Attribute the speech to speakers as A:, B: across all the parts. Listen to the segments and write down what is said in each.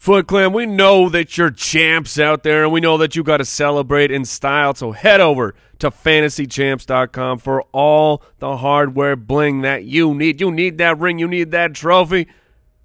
A: Foot Clan, we know that you're champs out there, and we know that you got to celebrate in style. So head over to fantasychamps.com for all the hardware bling that you need. You need that ring, you need that trophy.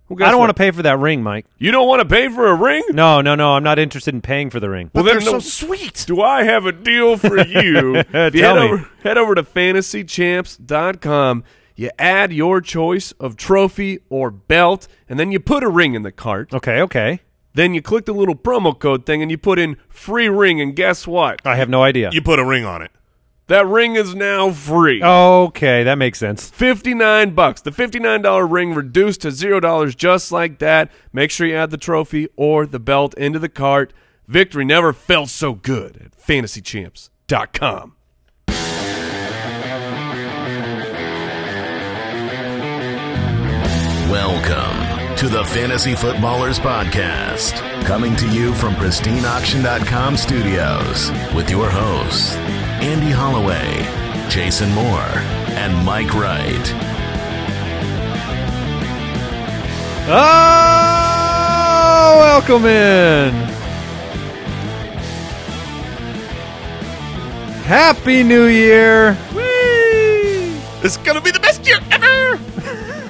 A: Well, guess
B: I don't want
A: what?
B: to pay for that ring, Mike.
A: You don't want to pay for a ring?
B: No, no, no. I'm not interested in paying for the ring.
A: Well,
C: But they're
A: then no-
C: so sweet.
A: Do I have a deal for you? If you
B: Tell
A: head
B: me.
A: over head over to fantasychamps.com. You add your choice of trophy or belt, and then you put a ring in the cart.
B: Okay, okay.
A: Then you click the little promo code thing and you put in free ring, and guess what?
B: I have no idea.
C: You put a ring on it. Oh.
A: That ring is now free.
B: Okay, that makes sense.
A: 59 bucks. The $59 ring reduced to $0 just like that. Make sure you add the trophy or the belt into the cart. Victory never felt so good at fantasychamps.com.
D: Welcome to the Fantasy Footballers Podcast, coming to you from pristineauction.com studios with your hosts, Andy Holloway, Jason Moore, and Mike Wright.
B: Oh, welcome in. Happy New Year.
C: It's gonna be the best year ever.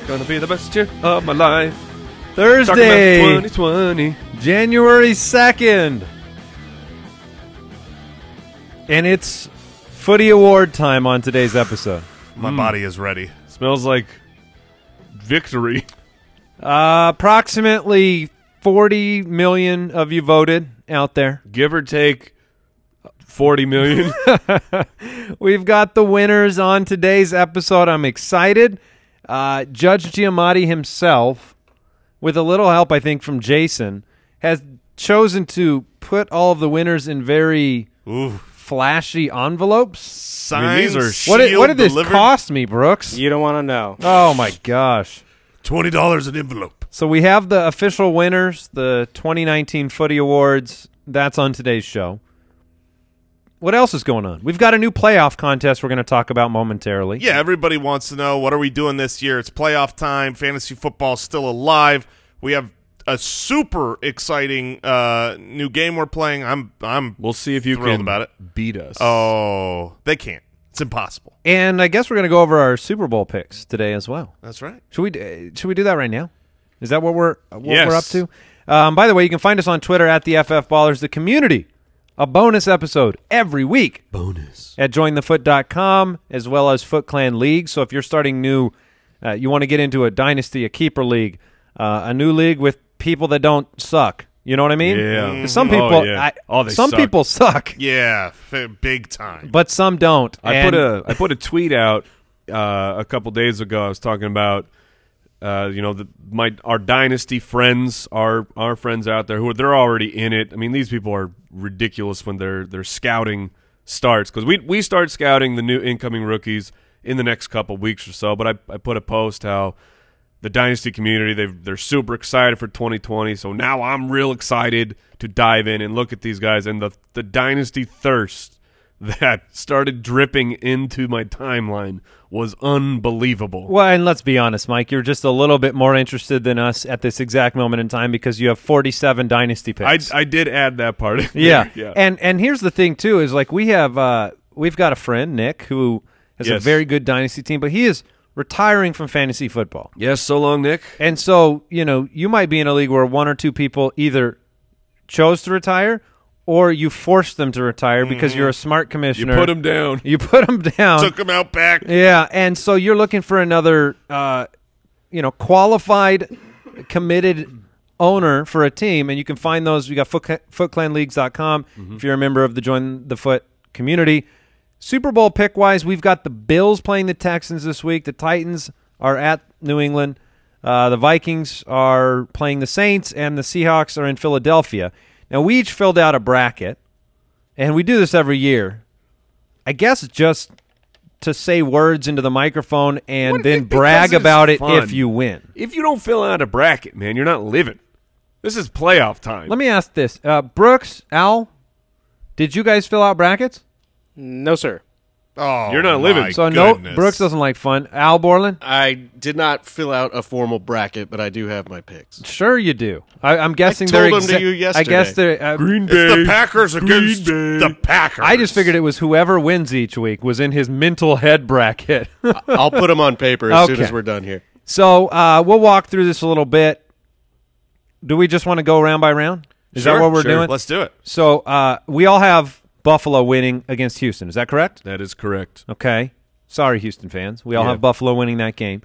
A: Gonna be the best year of my life. Talking about
B: Thursday,
A: 2020.
B: January 2nd. And it's footy award time on today's episode.
C: My body is ready.
A: Smells like victory.
B: Uh, approximately 40 million of you voted out there.
A: Give or take 40 million.
B: We've got the winners on today's episode. I'm excited. Uh, Judge Giamatti himself, with a little help, I think, from Jason, has chosen to put all of the winners in very
C: Ooh,
B: flashy envelopes.
C: signs.
A: these are
B: What did, what did this
C: delivered.
B: cost me, Brooks?
E: You don't want to know.
B: Oh my gosh.
C: Twenty dollars an envelope.
B: So we have the official winners, the 2019 Footy Awards. That's on today's show. What else is going on? We've got a new playoff contest we're going to talk about momentarily.
C: Yeah, everybody wants to know what are we doing this year? It's playoff time. Fantasy football's still alive. We have a super exciting uh, new game we're playing. I'm I'm
A: we'll see if you
C: Thrilled
A: can
C: about it.
A: beat us.
C: Oh, they can't. It's impossible.
B: And I guess we're going to go over our Super Bowl picks today as well.
C: That's right.
B: Should we d- should we do that right now? Is that what we're uh, what
A: Yes.
B: we're up to? Um, by the way, you can find us on Twitter at the FF Ballers, the community, a bonus episode every week. Bonus at jointhefoot.com as well as Foot Clan League. So if you're starting new, uh, you want to get into a dynasty, a keeper league, uh, a new league with people that don't suck. You know what I mean?
A: Yeah.
B: 'Cause Some
A: Mhm.
B: people,
A: Oh, yeah.
B: I,
A: Oh, they
B: some
A: suck.
B: people suck,
C: Yeah, f- big time.
B: but some don't.
A: I
B: And-
A: put a I put a tweet out uh, a couple days ago. I was talking about uh, you know the, my our dynasty friends, our our friends out there who are they're already in it. I mean, these people are ridiculous when they're they're scouting starts because we we start scouting the new incoming rookies in the next couple weeks or so. But I I put a post how. The dynasty community, they they're super excited for 2020. So now I'm real excited to dive in and look at these guys and the the dynasty thirst that started dripping into my timeline was unbelievable.
B: Well, and let's be honest, Mike, you're just a little bit more interested than us at this exact moment in time because you have 47 dynasty
A: I,
B: picks.
A: I did add that part. in
B: yeah.
A: there, yeah.
B: And and here's the thing too is like we have uh we've got a friend, Nick, who has a
A: Yes.
B: very good dynasty team, but he is retiring from fantasy football.
A: yes, so long, Nick.
B: And so, you know, you might be in a league where one or two people either chose to retire or you forced them to retire because you're a smart
A: Mm-hmm. You
B: commissioner.
A: put him down.
B: you put them down.
C: Took him out back.
B: Yeah, and so you're looking for another, uh, you know, qualified, committed owner for a team, and you can find those. You got foot, footclanleagues.com if you're a member of the Join the Foot community. Super Bowl pick wise, we've got the Bills playing the Texans this week. The Titans are at New England. Uh, the Vikings are playing the Saints, and the Seahawks are in Philadelphia. Now we each filled out a bracket, and we do this every year. I guess just to say words into the microphone and
A: Well, I
B: then
A: think because
B: brag
A: it's
B: about it
A: fun.
B: if you win.
A: If you don't fill out a bracket, man, you're not living. This is playoff time.
B: Let me ask this: uh, Brooks, Al, did you guys fill out brackets?
E: No, sir.
C: Oh,
A: You're not living.
C: my
B: So no,
C: goodness.
B: Brooks doesn't like fun. Al Borland,
E: I did not fill out a formal bracket, but I do have my picks.
B: sure you do. I, I'm guessing
E: told
B: they're.
E: them to you
B: I guess
E: yesterday.
B: they're. Uh,
A: Green Bay.
C: It's the Packers against
A: Green Bay.
C: the Packers.
B: I just figured it was whoever wins each week was in his mental head bracket.
E: I'll put them on paper as soon
B: Okay.
E: as we're done here.
B: so uh, we'll walk through this a little bit. Do we just want to go round by round? Is that
C: Sure,
B: what we're
C: sure.
B: doing?
C: Let's do it.
B: So uh, we all have Buffalo winning against Houston. Is that correct?
A: That is correct.
B: Okay. Sorry, Houston fans. We all have Buffalo winning that game.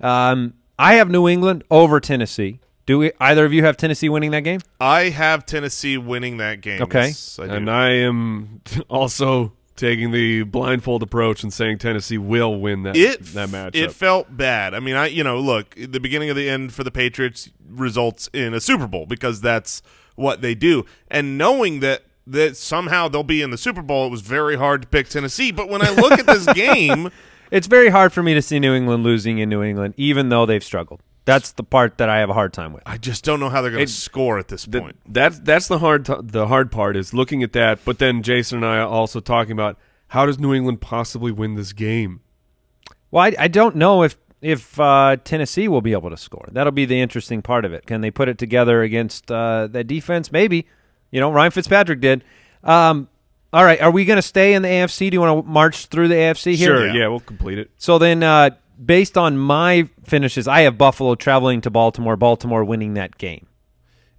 B: Um, I have New England over Tennessee. Do we? Either of you have Tennessee winning that game?
C: I have Tennessee winning that game.
B: Okay.
C: Yes, I do.
A: And I am also taking the blindfold approach and saying Tennessee will win that
C: it
A: that matchup.
C: it felt bad. I mean, I you know, look, the beginning of the end for the Patriots results in a Super Bowl because that's what they do. And knowing that that somehow they'll be in the Super Bowl, it was very hard to pick Tennessee. But when I look at this game,
B: It's very hard for me to see New England losing in New England, even though they've struggled. That's the part that I have a hard time with.
C: I just don't know how they're going to score at this
A: Th-
C: point.
A: that's that's the hard t- the hard part is looking at that. But then Jason and I are also talking about how does New England possibly win this game?
B: Well, I, I don't know if if uh, Tennessee will be able to score. That'll be the interesting part of it. Can they put it together against uh, the defense? Maybe. You know, Ryan Fitzpatrick did. Um, all right, are we going to stay in the AFC? Do you want to march through the AFC here?
A: Sure,
C: Yeah.
A: yeah. we'll complete it.
B: So then, uh, based on my finishes, I have Buffalo traveling to Baltimore. Baltimore winning that game.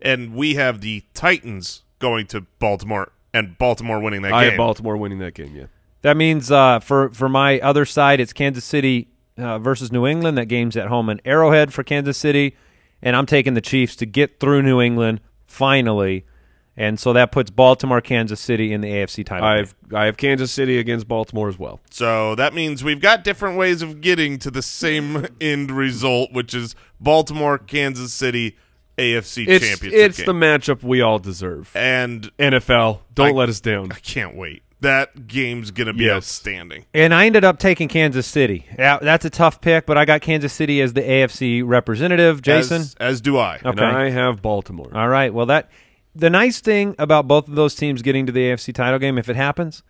C: And we have the Titans going to Baltimore and Baltimore winning that
A: I
C: game.
A: have Baltimore winning that game. Yeah,
B: That means uh, for for my other side, it's Kansas City uh, versus New England. That game's at home in Arrowhead for Kansas City, and I'm taking the Chiefs to get through New England finally, and so that puts Baltimore, Kansas City in the AFC title. game.
A: I've I have Kansas City against Baltimore as well.
C: So that means we've got different ways of getting to the same end result, which is Baltimore, Kansas City, AFC
A: It's
C: championship.
A: it's
C: game.
A: the matchup we all deserve.
C: and
A: NFL, don't
C: I-
A: let us down.
C: I can't wait. That game's gonna be
A: Yes.
C: outstanding.
B: And I ended up taking Kansas City. Yeah, That's a tough pick, but I got Kansas City as the AFC representative. Jason,
C: as, as do I.
A: And I have Baltimore.
B: All right. Well, that the nice thing about both of those teams getting to the AFC title game, if it happens,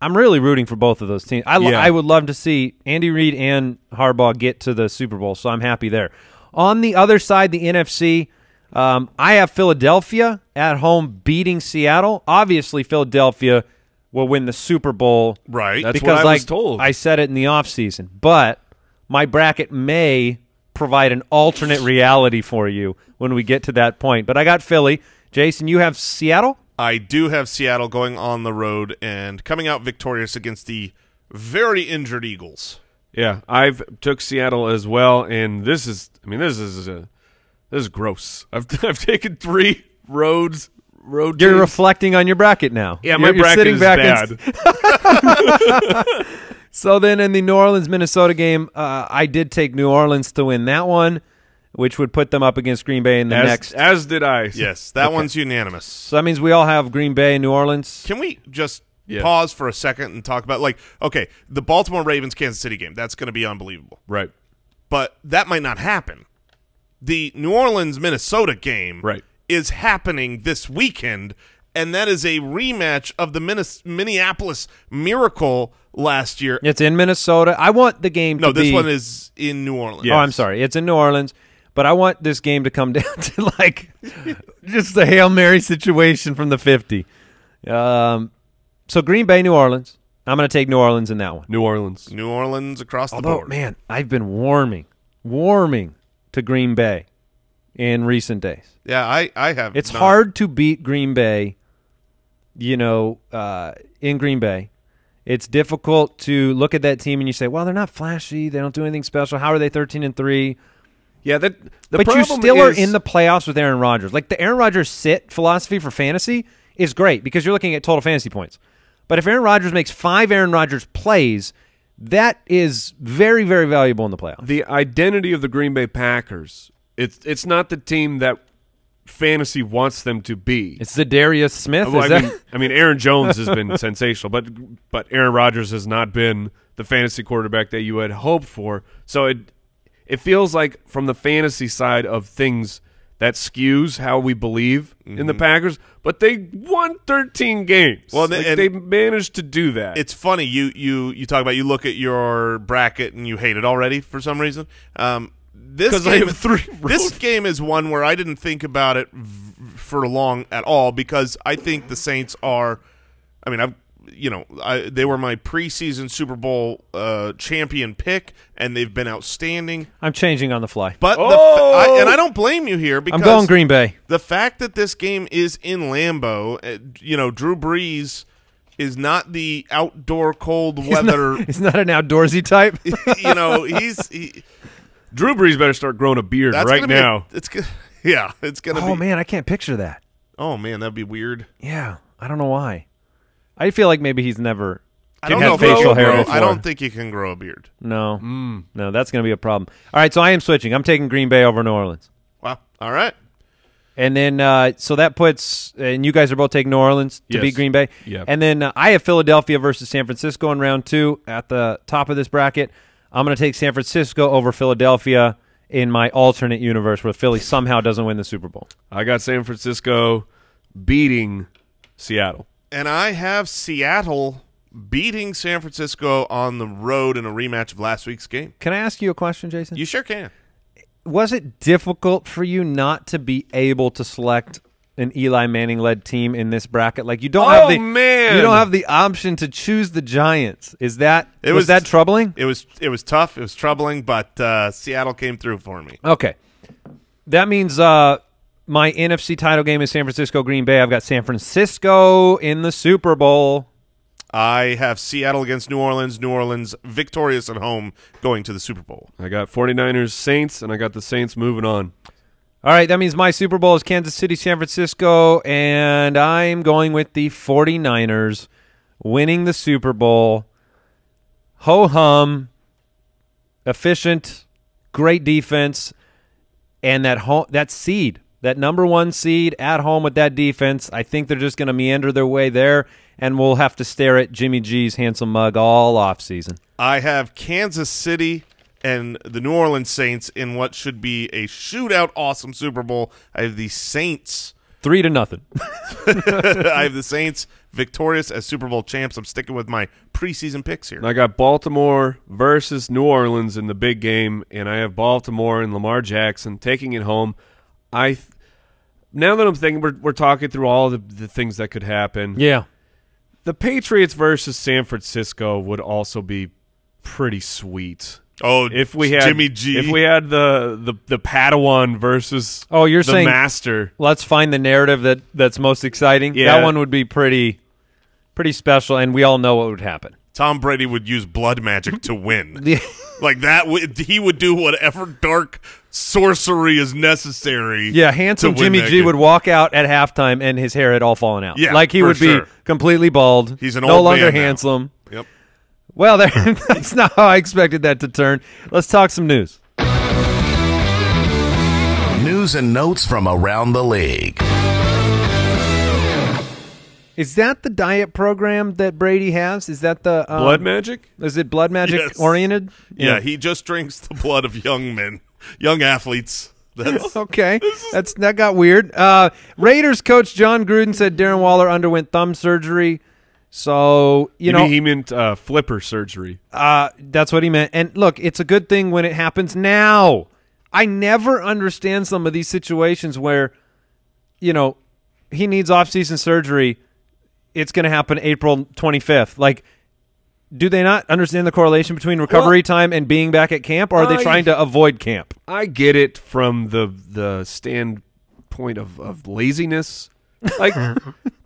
B: I'm really rooting for both of those teams. I, lo-
A: Yeah.
B: I would love to see Andy Reid and Harbaugh get to the Super Bowl, so I'm happy there. On the other side, the NFC, um, I have Philadelphia at home beating Seattle. Obviously, Philadelphia will win the Super Bowl.
C: Right.
A: That's
B: because
A: what I
B: like,
A: was told.
B: I said it in the offseason, but my bracket may provide an alternate reality for you when we get to that point. But I got Philly. Jason, you have Seattle?
C: I do have Seattle going on the road and coming out victorious against the very injured Eagles.
A: Yeah, I've took Seattle as well, and this is I mean this is uh this is gross. I've I've taken three roads road.
B: You're
A: teams.
B: reflecting on your bracket now.
A: yeah, my
B: You're- you're
A: bracket
B: sitting
A: is
B: back and-
A: bad.
B: So then in the New Orleans Minnesota game, uh, I did take New Orleans to win that one, which would put them up against Green Bay in the
A: as,
B: next.
A: as did I.
C: Yes, that one's unanimous.
B: So that means we all have Green Bay and New Orleans.
C: Can we just
A: Yeah.
C: pause for a second and talk about like okay, the Baltimore Ravens Kansas City game, that's gonna be unbelievable.
A: Right.
C: but that might not happen. The New Orleans Minnesota game
A: Right.
C: is happening this weekend, and that is a rematch of the Minnes- Minneapolis Miracle last year.
B: It's in Minnesota. I want the game
C: no,
B: to
C: this
B: be
C: one is in New Orleans.
B: Oh, I'm sorry. It's in New Orleans, but I want this game to come down to like just the Hail Mary situation from the 50. Um, so Green Bay, New Orleans. I'm going to take New Orleans in that one.
A: New Orleans.
C: New Orleans across the
B: Although,
C: board.
B: man, I've been warming, warming to Green Bay in recent days.
C: Yeah, I, I have.
B: It's
C: not-
B: hard to beat Green Bay, you know, uh, in Green Bay. It's difficult to look at that team and you say, well, they're not flashy. They don't do anything special. How are they 13 and 3?
A: Yeah, that the
B: but you
A: problem
B: still are
A: is-
B: in the playoffs with Aaron Rodgers. Like the Aaron Rodgers sit philosophy for fantasy is great because you're looking at total fantasy points. But if Aaron Rodgers makes five Aaron Rodgers plays, that is very, very valuable in the playoffs.
A: the identity of the Green Bay Packers. It's it's not the team that fantasy wants them to be.
B: It's Zadarius Smith.
A: Well,
B: is
A: I,
B: that-
A: mean, I mean, Aaron Jones has been sensational, but but Aaron Rodgers has not been the fantasy quarterback that you had hoped for. So it it feels like from the fantasy side of things, that skews how we believe in the Packers. But they won 13 games.
C: Mm-hmm.
A: Well,
C: Well, the-
A: they,
C: and-
A: they managed to do that.
C: it's funny you you you talk about you look at your bracket and you hate it already for some reason. Um, this
A: 'Cause I
C: game,
A: have three
C: this game is one where I didn't think about it v- for long at all because I think the Saints are. I mean, I've you know I, they were my preseason Super Bowl uh, champion pick, and they've been outstanding.
B: I'm changing on the fly.
C: But the fa- I, and
A: Oh!
C: I don't blame you here because
B: I'm going Green Bay.
C: the fact that this game is in Lambeau, uh, you know, Drew Brees is not the outdoor cold weather.
B: He's not an outdoorsy type.
C: you know, he's he,
A: Drew Brees better start growing a beard
C: that's
A: right
C: gonna be
A: now.
C: A, it's go- yeah, it's gonna
B: oh
C: be.
B: man, I can't picture that.
C: Oh man, that'd be weird.
B: Yeah, I don't know why. I feel like maybe he's never.
C: I
B: Didn't
C: don't know.
B: have
C: if you
B: facial
C: can
B: hair
C: grow- I
B: before.
C: don't think you can grow a beard.
B: No, no, that's going to be a problem. All right, so I am switching. I'm taking Green Bay over New Orleans,
C: Wow. All right.
B: and then uh, so that puts and you guys are both taking New Orleans to
A: Yes.
B: beat Green Bay.
A: Yep.
B: and then uh, I have Philadelphia versus San Francisco in round two at the top of this bracket. I'm going to take San Francisco over Philadelphia in my alternate universe where Philly somehow doesn't win the Super Bowl.
A: I got San Francisco beating Seattle.
C: And I have Seattle beating San Francisco on the road in a rematch of last week's game.
B: Can I ask you a question, Jason?
C: You sure can.
B: was it difficult for you not to be able to select an Eli Manning led team in this bracket? Like you don't
A: Oh,
B: have the
A: man.
B: you don't have the option to choose the Giants. Is that
C: It
B: was,
C: was-
B: that troubling?
C: It was it was tough. It was troubling, but uh, Seattle came through for me.
B: Okay, that means uh, my NFC title game is San Francisco Green Bay. I've got San Francisco in the Super Bowl.
C: I have Seattle against New Orleans. New Orleans victorious at home, going to the Super Bowl.
A: I got 49ers Saints and I got the Saints moving on.
B: All right, that means my Super Bowl is Kansas City, San Francisco, and I'm going with the 49ers winning the Super Bowl. Ho hum, efficient, great defense, and that home, that seed, that number one seed at home with that defense. I think they're just going to meander their way there, and we'll have to stare at Jimmy G's handsome mug all offseason.
C: I have Kansas City and the New Orleans Saints in what should be a shootout, awesome Super Bowl. I have the Saints.
B: Three to nothing.
C: I have the Saints victorious as Super Bowl champs. I'm sticking with my preseason picks here.
A: And I got Baltimore versus New Orleans in the big game, and I have Baltimore and Lamar Jackson taking it home. I th- now that I'm thinking, we're, we're talking through all the, the things that could happen.
B: Yeah.
A: The Patriots versus San Francisco would also be pretty sweet.
C: Oh,
A: If we had
C: Jimmy G,
A: if we had the the, the Padawan versus
B: Oh, you're
A: the
B: saying-
A: master.
B: let's find the narrative that that's most exciting.
A: Yeah.
B: That one would be pretty pretty special and we all know what would happen.
C: Tom Brady would use blood magic to win. Like that, would he would do whatever dark sorcery is necessary.
B: Yeah, handsome
C: to win
B: Jimmy
C: that
B: G
C: game.
B: would walk out at halftime and his hair had all fallen out.
C: Yeah,
B: like he
C: for
B: would be
C: sure.
B: completely bald.
C: He's an
B: no
C: old
B: longer
C: man now.
B: handsome.
C: Yep.
B: Well, there, that's not how I expected that to turn. Let's talk some news.
D: News and notes from around the league.
B: Is that the diet program that Brady has? Is that the um,
A: Blood magic?
B: Is it blood magic
C: Yes.
B: oriented?
C: Yeah, he just drinks the blood of young men, young athletes. That's
B: okay. That's that got weird. Uh, Raiders coach John Gruden said Darren Waller underwent thumb surgery. So you
A: Maybe
B: know
A: he meant uh, flipper surgery.
B: uh, that's what he meant. And look, it's a good thing when it happens now. I never understand some of these situations where, you know, he needs off-season surgery. It's going to happen April 25th. Like, do they not understand the correlation between recovery time and being back at camp, or are they
A: I-
B: trying to avoid camp?
A: I get it from the the standpoint of, of laziness. Like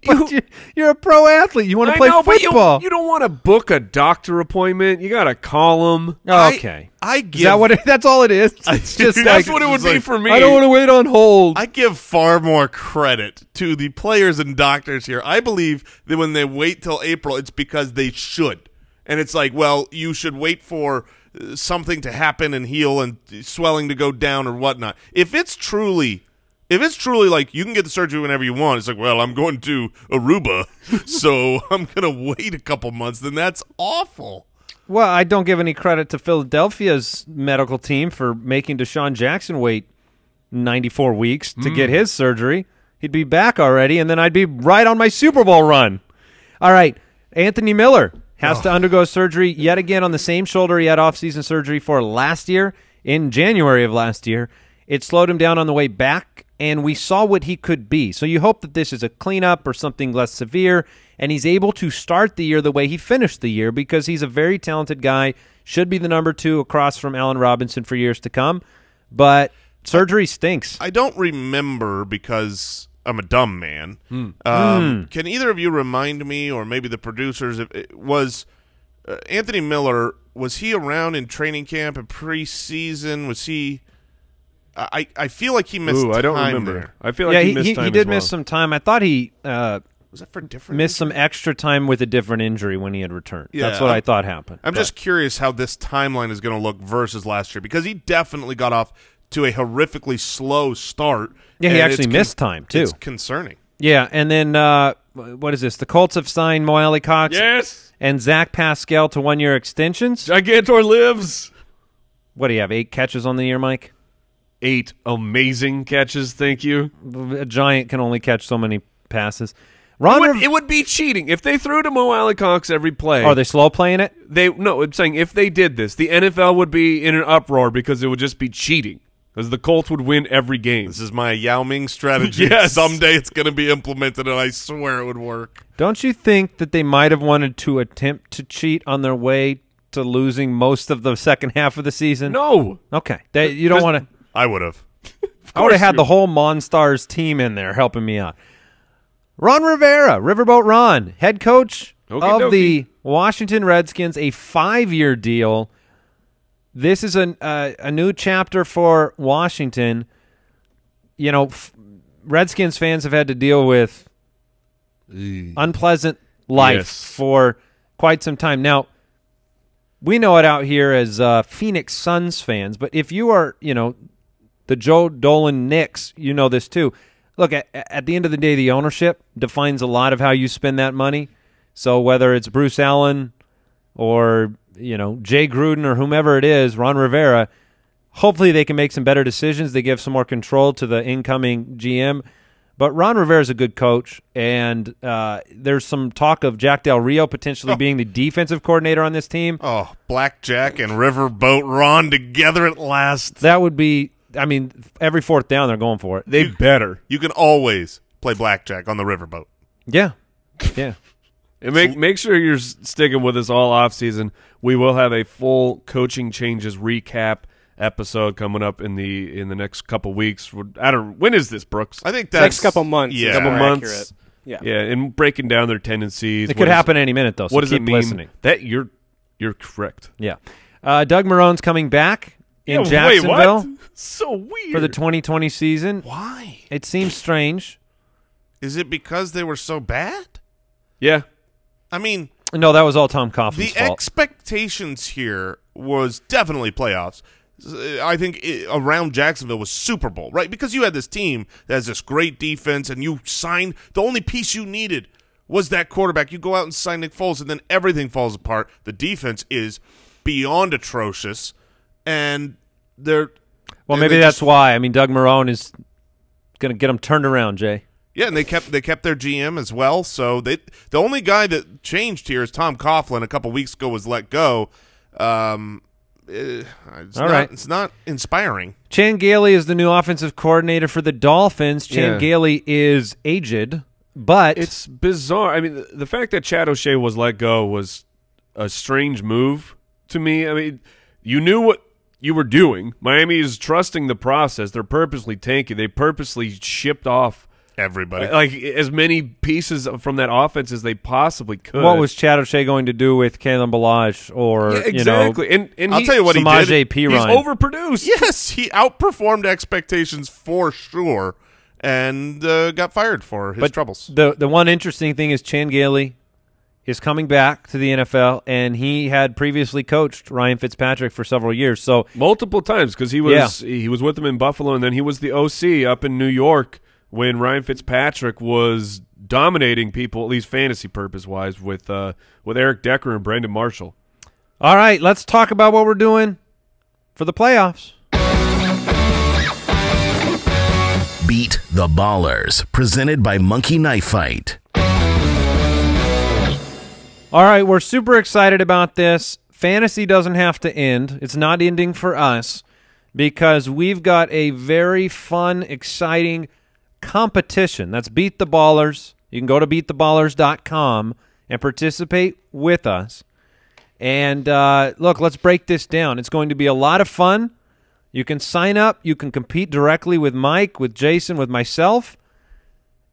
B: But you- you're a pro athlete. You want to
A: I
B: play
A: know, but you-
B: football.
A: you, don't want to book a doctor appointment. You got to call them.
B: Oh, okay.
C: I, I
B: is
C: give
B: that what it, that's all it is? It's just like,
C: what it would be for
B: I don't want to wait on hold.
C: I give far more credit to the players and doctors here. I believe that when they wait till April, it's because they should. And it's like, well, you should wait for uh, something to happen and heal and swelling to go down or whatnot. If it's truly, if it's truly like you can get the surgery whenever you want, it's like, well, I'm going to Aruba, so I'm gonna wait a couple months. Then that's awful.
B: well, I don't give any credit to Philadelphia's medical team for making Deshaun Jackson wait 94 weeks to get his surgery. He'd be back already, and then I'd be right on my Super Bowl run. All right, Anthony Miller has to undergo surgery yet again on the same shoulder he had offseason surgery for last year in January of last year. It slowed him down on the way back, and we saw what he could be. So you hope that this is a cleanup or something less severe, and he's able to start the year the way he finished the year because he's a very talented guy. Should be the number two across from Allen Robinson for years to come, but surgery stinks.
C: I don't remember because I'm a dumb man.
B: Hmm.
C: Um, Can either of you remind me, or maybe the producers, if it was uh, Anthony Miller? Was he around in training camp and preseason? Was he? I I I feel like he missed.
A: Ooh, I don't
C: time
A: remember.
C: there.
A: I feel like
B: yeah,
A: he,
B: he,
A: missed
B: he,
A: time
B: he
A: as
B: did
A: well.
B: miss some time. I thought he. Uh,
C: Was that for different?
B: missed some extra time with a different injury when he had returned. That's
C: Yeah,
B: what
C: I'm-
B: I thought happened.
C: I'm just curious how this timeline is going to look versus last year because he definitely got off to a horrifically slow start.
B: Yeah, he
C: and
B: actually
C: it's
B: missed time, too.
C: It's concerning.
B: yeah, and then uh, what is this? The Colts have signed Mo Alley Cox
A: Yes,
B: and Zach Pascal to one year extensions.
A: Gigantor lives.
B: What do you have? Eight catches on the year, Mike?
A: Eight amazing catches. Thank you.
B: A giant can only catch so many passes. Ron
A: It
B: Rivera-
A: would, it would be cheating if they threw to Mo Alley Cox every play.
B: are they slow playing it?
A: They no. I'm saying if they did this, the NFL would be in an uproar because it would just be cheating. Because the Colts would win every game.
C: This is my Yao Ming strategy.
A: Yes.
C: Someday it's going to be implemented, and I swear it would work.
B: Don't you think that they might have wanted to attempt to cheat on their way to losing most of the second half of the season?
A: No,
B: Okay. They, you don't
A: Just-
B: want to.
C: I would have.
B: I would have
A: course
B: had
A: you-
B: the whole Monstars team in there helping me out. Ron Rivera, Riverboat Ron, head coach
A: Okey
B: of the Washington Redskins, a five-year deal. This is an, uh, a new chapter for Washington. You know, f- Redskins fans have had to deal with unpleasant life
A: Yes.
B: for quite some time. Now, we know it out here as uh, Phoenix Suns fans, but if you are, you know, the Joe Dolan Knicks, you know this too. Look, at, at the end of the day, the ownership defines a lot of how you spend that money. So whether it's Bruce Allen or you know Jay Gruden or whomever it is, Ron Rivera, hopefully they can make some better decisions. They give some more control to the incoming GM. But Ron Rivera is a good coach, and uh, there's some talk of Jack Del Rio
A: Oh.
B: potentially being the defensive coordinator on this team.
C: Oh, Blackjack and Riverboat Ron together at last.
B: That would be, I mean, every fourth down they're going for it.
A: they better.
C: You can always play Blackjack on the Riverboat.
B: Yeah, yeah.
A: And make make sure you're s- sticking with us all off season. We will have a full coaching changes recap episode coming up in the in the next couple weeks. We're- I don't. When is this, Brooks?
C: I think that's.
E: Next couple months. is
C: Yeah.
E: more
A: couple months.
E: accurate. Yeah.
A: yeah, and breaking down their tendencies.
B: It could
A: What is-
B: happen any minute though. So
A: What does
B: keep
A: it mean
B: listening.
A: that you're you're correct
B: Yeah, uh, Doug Marone's coming back in
A: Yeah, wait, what?
B: Jacksonville
A: So weird.
B: for the 2020 season.
C: Why?
B: It seems strange.
C: Is it because they were so bad?
A: yeah,
C: I mean,
B: No, that was all Tom Coughlin's
C: the
B: fault.
C: expectations here was definitely playoffs. Uh, I think i around Jacksonville was Super Bowl, right? Because you had this team that has this great defense, and you signed the only piece you needed was that quarterback. You go out and sign Nick Foles, and then everything falls apart. The defense is beyond atrocious, and they're
B: well,
C: and
B: maybe
C: they
B: that's
C: just-
B: why. I mean, Doug Marone is going to get him turned around, Jay.
C: Yeah, and they kept they kept their GM as well. So they the only guy that changed here is Tom Coughlin. A couple weeks ago was let go. Um, eh, it's
B: All
C: not,
B: right.
C: it's not inspiring.
B: Chan Gailey is the new offensive coordinator for the Dolphins. Chan
A: Yeah.
B: Gailey is aged, but
A: it's bizarre. I mean, the, the fact that Chad O'Shea was let go was a strange move to me. I mean, you knew what you were doing. Miami is trusting the process. They're purposely tanking. They purposely shipped off
C: Everybody,
B: Uh,
A: like as many pieces from that offense as they possibly could.
B: what was Chad O'Shea going to do with Kalen Balaj or
A: Yeah, exactly? and and
C: I'll
A: he-
C: tell you what he
B: Samaje
C: did.
B: P.
A: he's
B: Ryan.
A: overproduced.
C: yes, he outperformed expectations for sure, and uh, got fired for his
B: But
C: troubles.
B: The the one interesting thing is Chan Gailey is coming back to the NFL, and he had previously coached Ryan Fitzpatrick for several years. So
A: multiple times because he was he was with them in Buffalo, and then he was the OC up in New York when Ryan Fitzpatrick was dominating people, at least fantasy purpose wise, with uh, with Eric Decker and Brandon Marshall.
B: All right, let's talk about what we're doing for the playoffs.
D: Beat the Ballers, presented by Monkey Knife Fight.
B: All right, we're super excited about this. Fantasy doesn't have to end. It's not ending for us because we've got a very fun, exciting competition. That's Beat the Ballers. You can go to beattheballers.com and participate with us. And uh, look, let's break this down. It's going to be a lot of fun. You can sign up, you can compete directly with Mike, with Jason, with myself.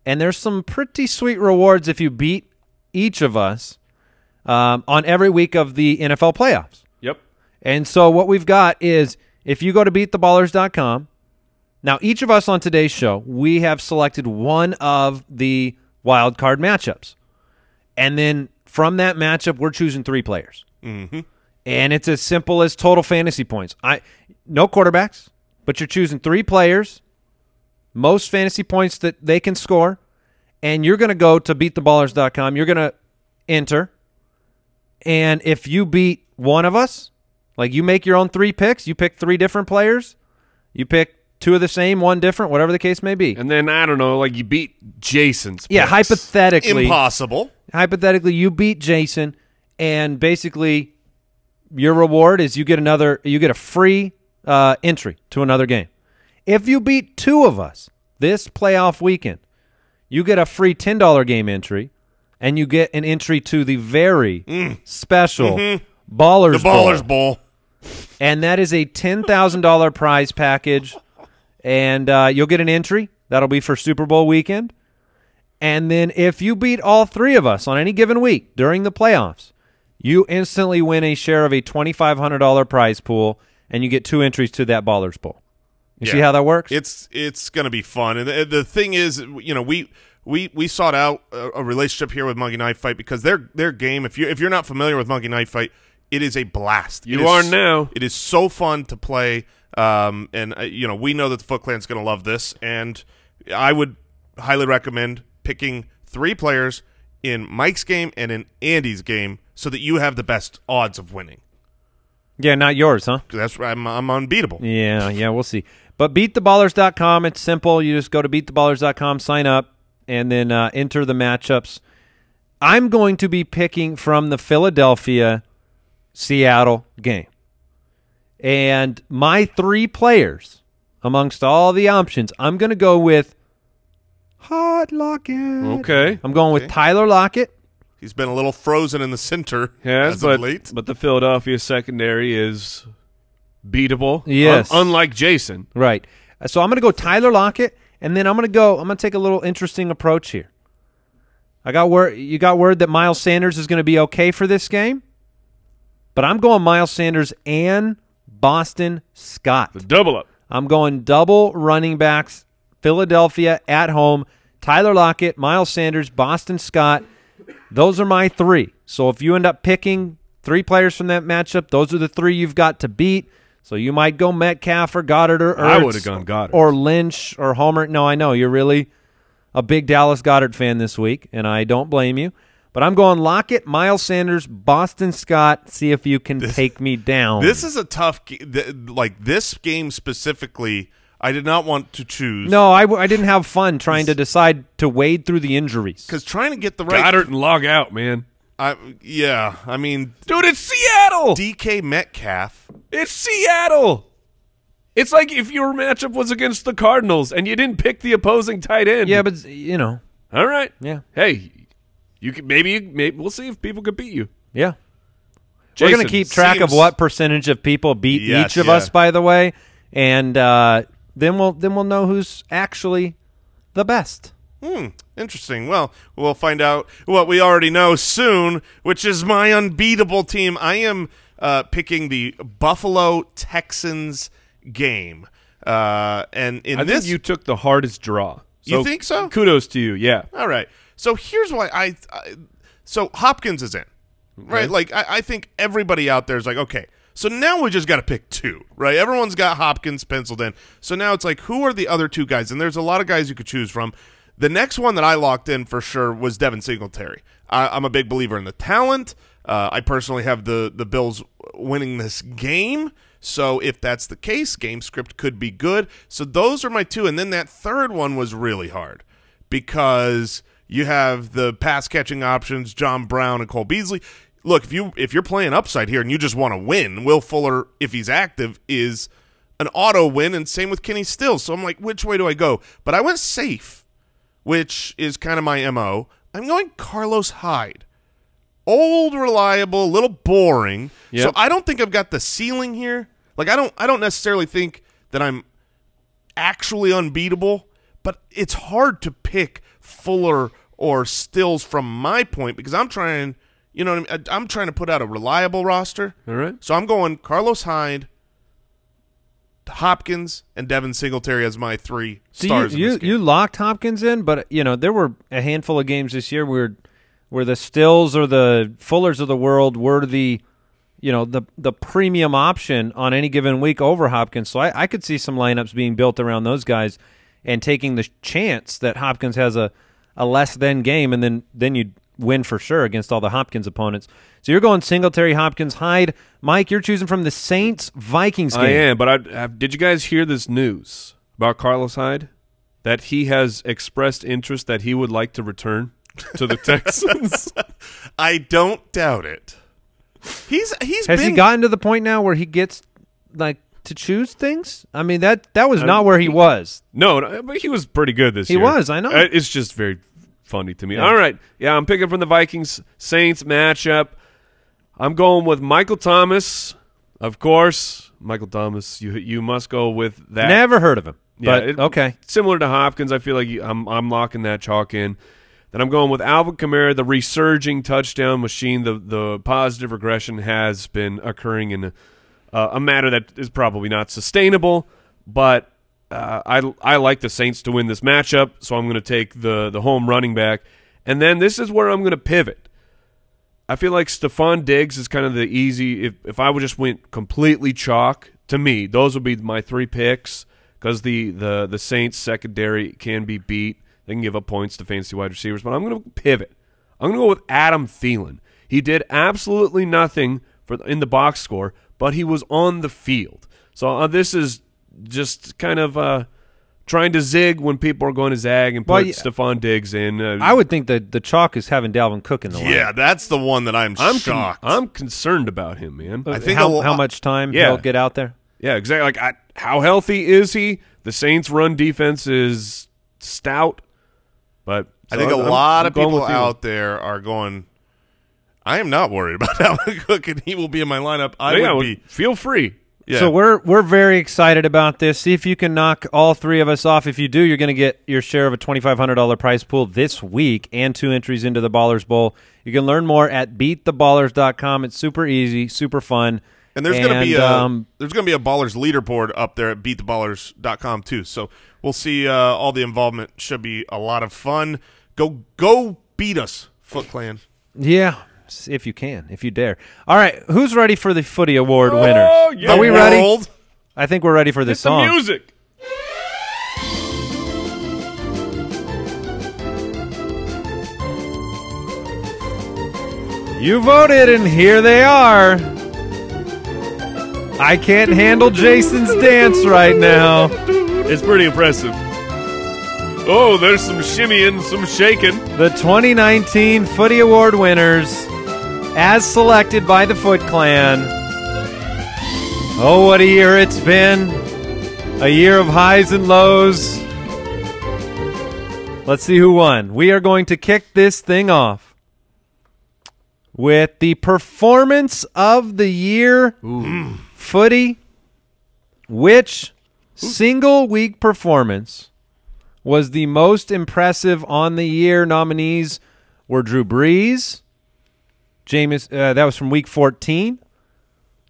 B: And there's some pretty sweet rewards if you beat each of us um, on every week of the NFL playoffs.
A: Yep.
B: And so what we've got is if you go to beattheballers.com, now each of us on today's show, we have selected one of the wild card matchups. And then from that matchup, we're choosing three players. Mm-hmm. And it's as simple as total fantasy points. I no quarterbacks, but you're choosing three players, most fantasy points that they can score, and you're going to go to beattheballers.com. You're going to enter, and if you beat one of us, like you make your own three picks, you pick three different players, you pick two of the same, one different, whatever the case may be.
A: And then I don't know, like you beat Jason's.
B: yeah,
A: picks.
B: hypothetically,
C: Impossible.
B: hypothetically you beat Jason and basically your reward is you get another you get a free uh, entry to another game. If you beat two of us this playoff weekend, you get a free ten dollar game entry and you get an entry to the very special Ballers
C: Mm. Mm-hmm. The
B: Bowl
C: Ballers Bowl.
B: and that is a ten thousand dollar prize package, and uh, you'll get an entry. That'll be for Super Bowl weekend, and then if you beat all three of us on any given week during the playoffs, you instantly win a share of a twenty five hundred dollar prize pool, and you get two entries to that Ballers Bowl. You see
C: Yeah.
B: how that works?
C: It's it's going to be fun, and the, the thing is, you know, we we we sought out a, a relationship here with Monkey Knife Fight because their their game. If you if you're not familiar with Monkey Knife Fight, it is a blast.
A: You
C: It is-
A: are now.
C: It is so fun to play, um, and uh, you know we know that the Foot Clan's going to love this, and I would highly recommend picking three players in Mike's game and in Andy's game so that you have the best odds of winning.
B: yeah, not yours, huh?
C: 'Cause That's I'm, I'm unbeatable.
B: Yeah, yeah, we'll see. But beattheballers.com, it's simple. You just go to beattheballers.com, sign up, and then uh, enter the matchups. I'm going to be picking from the Philadelphia Seattle game. And my three players, amongst all the options, I'm going to go with Hot Lockett.
A: Okay.
B: I'm going with Tyler Lockett.
C: He's been a little frozen in the center
A: Yes,
C: as
A: but
C: of late.
A: but the Philadelphia secondary is beatable.
B: Yes.
A: Un- unlike Jason.
B: Right. Uh, So I'm going to go Tyler Lockett, and then I'm going to go. I'm going to take a little interesting approach here. I got word. You got word that Miles Sanders is going to be okay for this game, but I'm going Miles Sanders and Boston Scott.
A: The double up.
B: I'm going double running backs. Philadelphia at home. Tyler Lockett, Miles Sanders, Boston Scott. Those are my three. So if you end up picking three players from that matchup, those are the three you've got to beat. So you might go Metcalf or Goddard or
A: I
B: Ertz
A: would've gone Goddard.
B: or Lynch or Homer. No, I know you're really a big Dallas Goddard fan this week, and I don't blame you. But I'm going Lockett, Miles Sanders, Boston Scott. See if you can take me down.
C: This is a tough, g- th- like this game specifically. I did not want to choose.
B: No, I, w- I didn't have fun trying to decide to wade through the injuries.
C: because trying to get the right.
A: Goddard and log out, man.
C: I, yeah, I mean,
A: Dude, it's Seattle.
C: DK Metcalf.
A: It's Seattle. It's like if your matchup was against the Cardinals and you didn't pick the opposing tight end.
B: Yeah, but you know,
A: all right.
B: yeah,
A: Hey, you could maybe, you- maybe we'll see if people could beat you.
B: yeah. We're gonna
A: Jason,
B: keep track of
C: seems-
B: what percentage of people beat
C: Yes,
B: each of
C: yeah.
B: us, by the way, and uh, then we'll then we'll know who's actually the best.
C: Hmm, interesting. Well, we'll find out what we already know soon, which is my unbeatable team. I am uh, picking the Buffalo Texans game, uh, and in
A: I
C: this,
A: think you took the hardest draw.
C: You think so?
A: Kudos to you. Yeah.
C: All right. So here's why I, I so Hopkins is in, right? Like I, I think everybody out there is like, okay, so now we just got to pick two, right? Everyone's got Hopkins penciled in. So now it's like, who are the other two guys? And there's a lot of guys you could choose from. The next one that I locked in for sure was Devin Singletary. I, I'm a big believer in the talent. Uh, I personally have the the Bills winning this game. So if that's the case, game script could be good. So those are my two. And then that third one was really hard because you have the pass catching options, John Brown and Cole Beasley. Look, if you if you're playing upside here and you just want to win, Will Fuller, if he's active, is an auto win, and same with Kenny Stills. So I'm like, which way do I go? But I went safe, which is kind of my mo. I'm going Carlos Hyde old, reliable, a little boring. So I don't think I've got the ceiling here. Like I don't I don't necessarily think that I'm actually unbeatable, but it's hard to pick Fuller or Stills from my point because I'm trying, you know what I mean? I- I'm trying to put out a reliable roster.
A: All right.
C: So I'm going Carlos Hyde, Hopkins, and Devin Singletary as my three
B: So
C: stars. in
B: you
C: this
B: you,
C: game.
B: you locked Hopkins in, but you know there were a handful of games this year where where the Stills or the Fullers of the world were the you know the the premium option on any given week over Hopkins. So I, I could see some lineups being built around those guys and taking the chance that Hopkins has a a less than game, and then then you win for sure against all the Hopkins opponents. So you're going Singletary, Hopkins, Hyde, Mike. You're choosing from the Saints Vikings game.
A: I am, but I, I did you guys hear this news about Carlos Hyde? That he has expressed interest that he would like to return to the Texans.
C: I don't doubt it. He's he's
B: Has
C: been
B: he gotten to the point now where he gets like to choose things? I mean that that was not where he was.
A: no, no, but he was pretty good this
B: He
A: year.
B: was, I know.
A: Uh, It's just very funny to me. All right, yeah, I'm picking from the Vikings Saints matchup. I'm going with Michael Thomas, of course. Michael Thomas, you you must go with that.
B: Never heard of him.
A: Yeah,
B: But
A: it-
B: okay.
A: Similar to Hopkins, I feel like you- I'm I'm locking that chalk in. Then I'm going with Alvin Kamara, the resurging touchdown machine. The the positive regression has been occurring in a, uh, a matter that is probably not sustainable, but uh, I I like the Saints to win this matchup, so I'm going to take the the home running back. And then this is where I'm going to pivot. I feel like Stephon Diggs is kind of the easy. If if I would just went completely chalk to me, those would be my three picks because the the the Saints secondary can be beat. They can give up points to fantasy wide receivers, but I'm going to pivot. I'm going to go with Adam Thielen. He did absolutely nothing for in the box score, but he was on the field. So uh, this is just kind of uh, trying to zig when people are going to zag and put
B: Well, yeah.
A: Stephon Diggs in. Uh,
B: I would think that the chalk is having Dalvin Cook in the
C: Yeah, that's the one that I'm,
A: I'm con-
C: shocked.
A: I'm concerned about him, man.
B: lineup.
C: I think a
B: Uh, how,
C: lo-
B: how much time
A: Yeah.
B: he'll get out there.
A: Yeah, exactly. Like, I, how healthy is he? The Saints' run defense is stout, but
C: I think
A: a
C: a lot of people out there are going. I am not worried about Alvin Cook, and he will be in my lineup. I
A: yeah,
C: would
A: well,
C: be.
A: feel free.
C: Yeah.
B: So we're we're very excited about this. See if you can knock all three of us off. If you do, you're going to get your share of a twenty five hundred dollar prize pool this week and two entries into the Ballers Bowl. You can learn more at beattheballers.com. It's super easy, super fun,
C: and there's going to be
B: And,
C: a
B: um,
C: there's going to be a ballers leaderboard up there at beattheballers.com too. So we'll see. Uh, all the involvement should be a lot of fun. Go go beat us, Foot Clan.
B: Yeah, s- if you can, if you dare. All right, who's ready for the Footy Award winners?
A: Oh, yeah.
B: Are we
A: The
B: ready?
C: World.
B: I think we're ready for this
A: It's the
B: song.
A: music.
B: You voted, and here they are. I can't handle Jason's dance right now.
A: It's pretty impressive. Oh, there's some shimmying, some shaking.
B: The 2019 Footy Award winners, as selected by the Foot Clan. Oh, what a year it's been! A year of highs and lows. Let's see who won. We are going to kick this thing off with the performance of the year footy. Which single week performance was the most impressive on the year? Nominees were Drew Brees, Jameis. Uh, that was from week 14.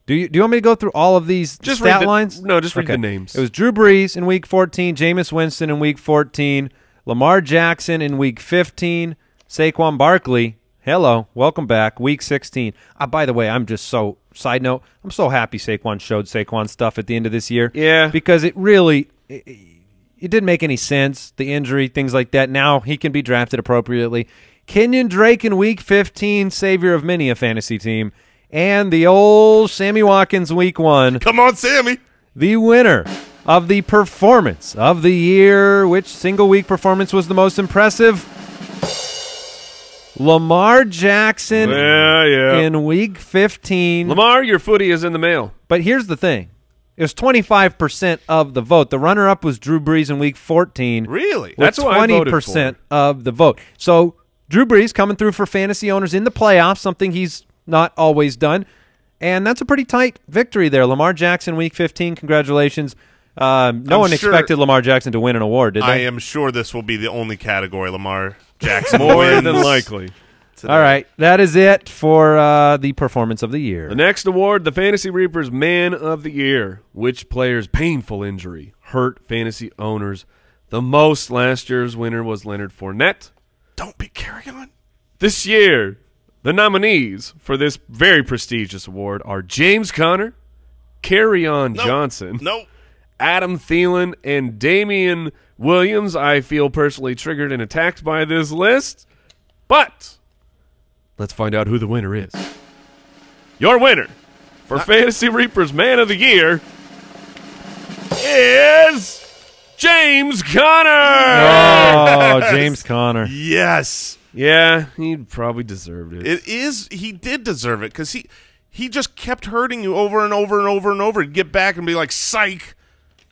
B: Do you, do you want me to go through all of these
A: Just
B: stat
A: read the-
B: lines?
A: no, just read the names.
B: It was Drew Brees in week 14, Jameis Winston in week 14, Lamar Jackson in week 15, Saquon Barkley. Hello, welcome back, week 16. Uh, by the way, I'm just so side note. I'm so happy Saquon showed Saquon stuff at the end of this year.
A: Yeah.
B: because it really it, it didn't make any sense. The injury, things like that. Now he can be drafted appropriately. Kenyon Drake in week 15, savior of many a fantasy team, and the old Sammy Watkins Week One,
C: Come on, Sammy.
B: the winner of the performance of the year. Which single week performance was the most impressive? Lamar Jackson
A: Yeah, yeah.
B: in Week 15.
A: Lamar, your footy is in the mail.
B: But here's the thing. It was 25% of the vote. The runner up was Drew Brees in week 14.
C: Really?
B: with
A: That's who I voted
B: 20% of the vote. So Drew Brees coming through for fantasy owners in the playoffs, something he's not always done. And that's a pretty tight victory there. Lamar Jackson, week 15. Congratulations. Um, no
C: I'm
B: one
C: sure-
B: expected Lamar Jackson to win an award, did they?
C: I am sure this will be the only category Lamar Jackson
A: More
C: wins.
A: than likely.
B: All right. That is it for uh, the performance of the year.
A: The next award, the Fantasy Reapers Man of the Year. Which player's painful injury hurt fantasy owners the most? Last year's winner was Leonard Fournette.
C: Don't be carrying on.
A: This year, the nominees for this very prestigious award are James Conner, Carry On Johnson,
C: Nope.
A: Adam Thielen, and Damian Williams. I feel personally triggered and attacked by this list, but let's find out who the winner is. Your winner
B: Ah.
A: for Fantasy Reapers Man of the Year is James Conner.
B: Oh, James Conner.
C: Yes.
A: Yeah, he probably deserved it.
C: It is. He did deserve it because he he just kept hurting you over and over and over and over. He'd get back and be like, "Psych."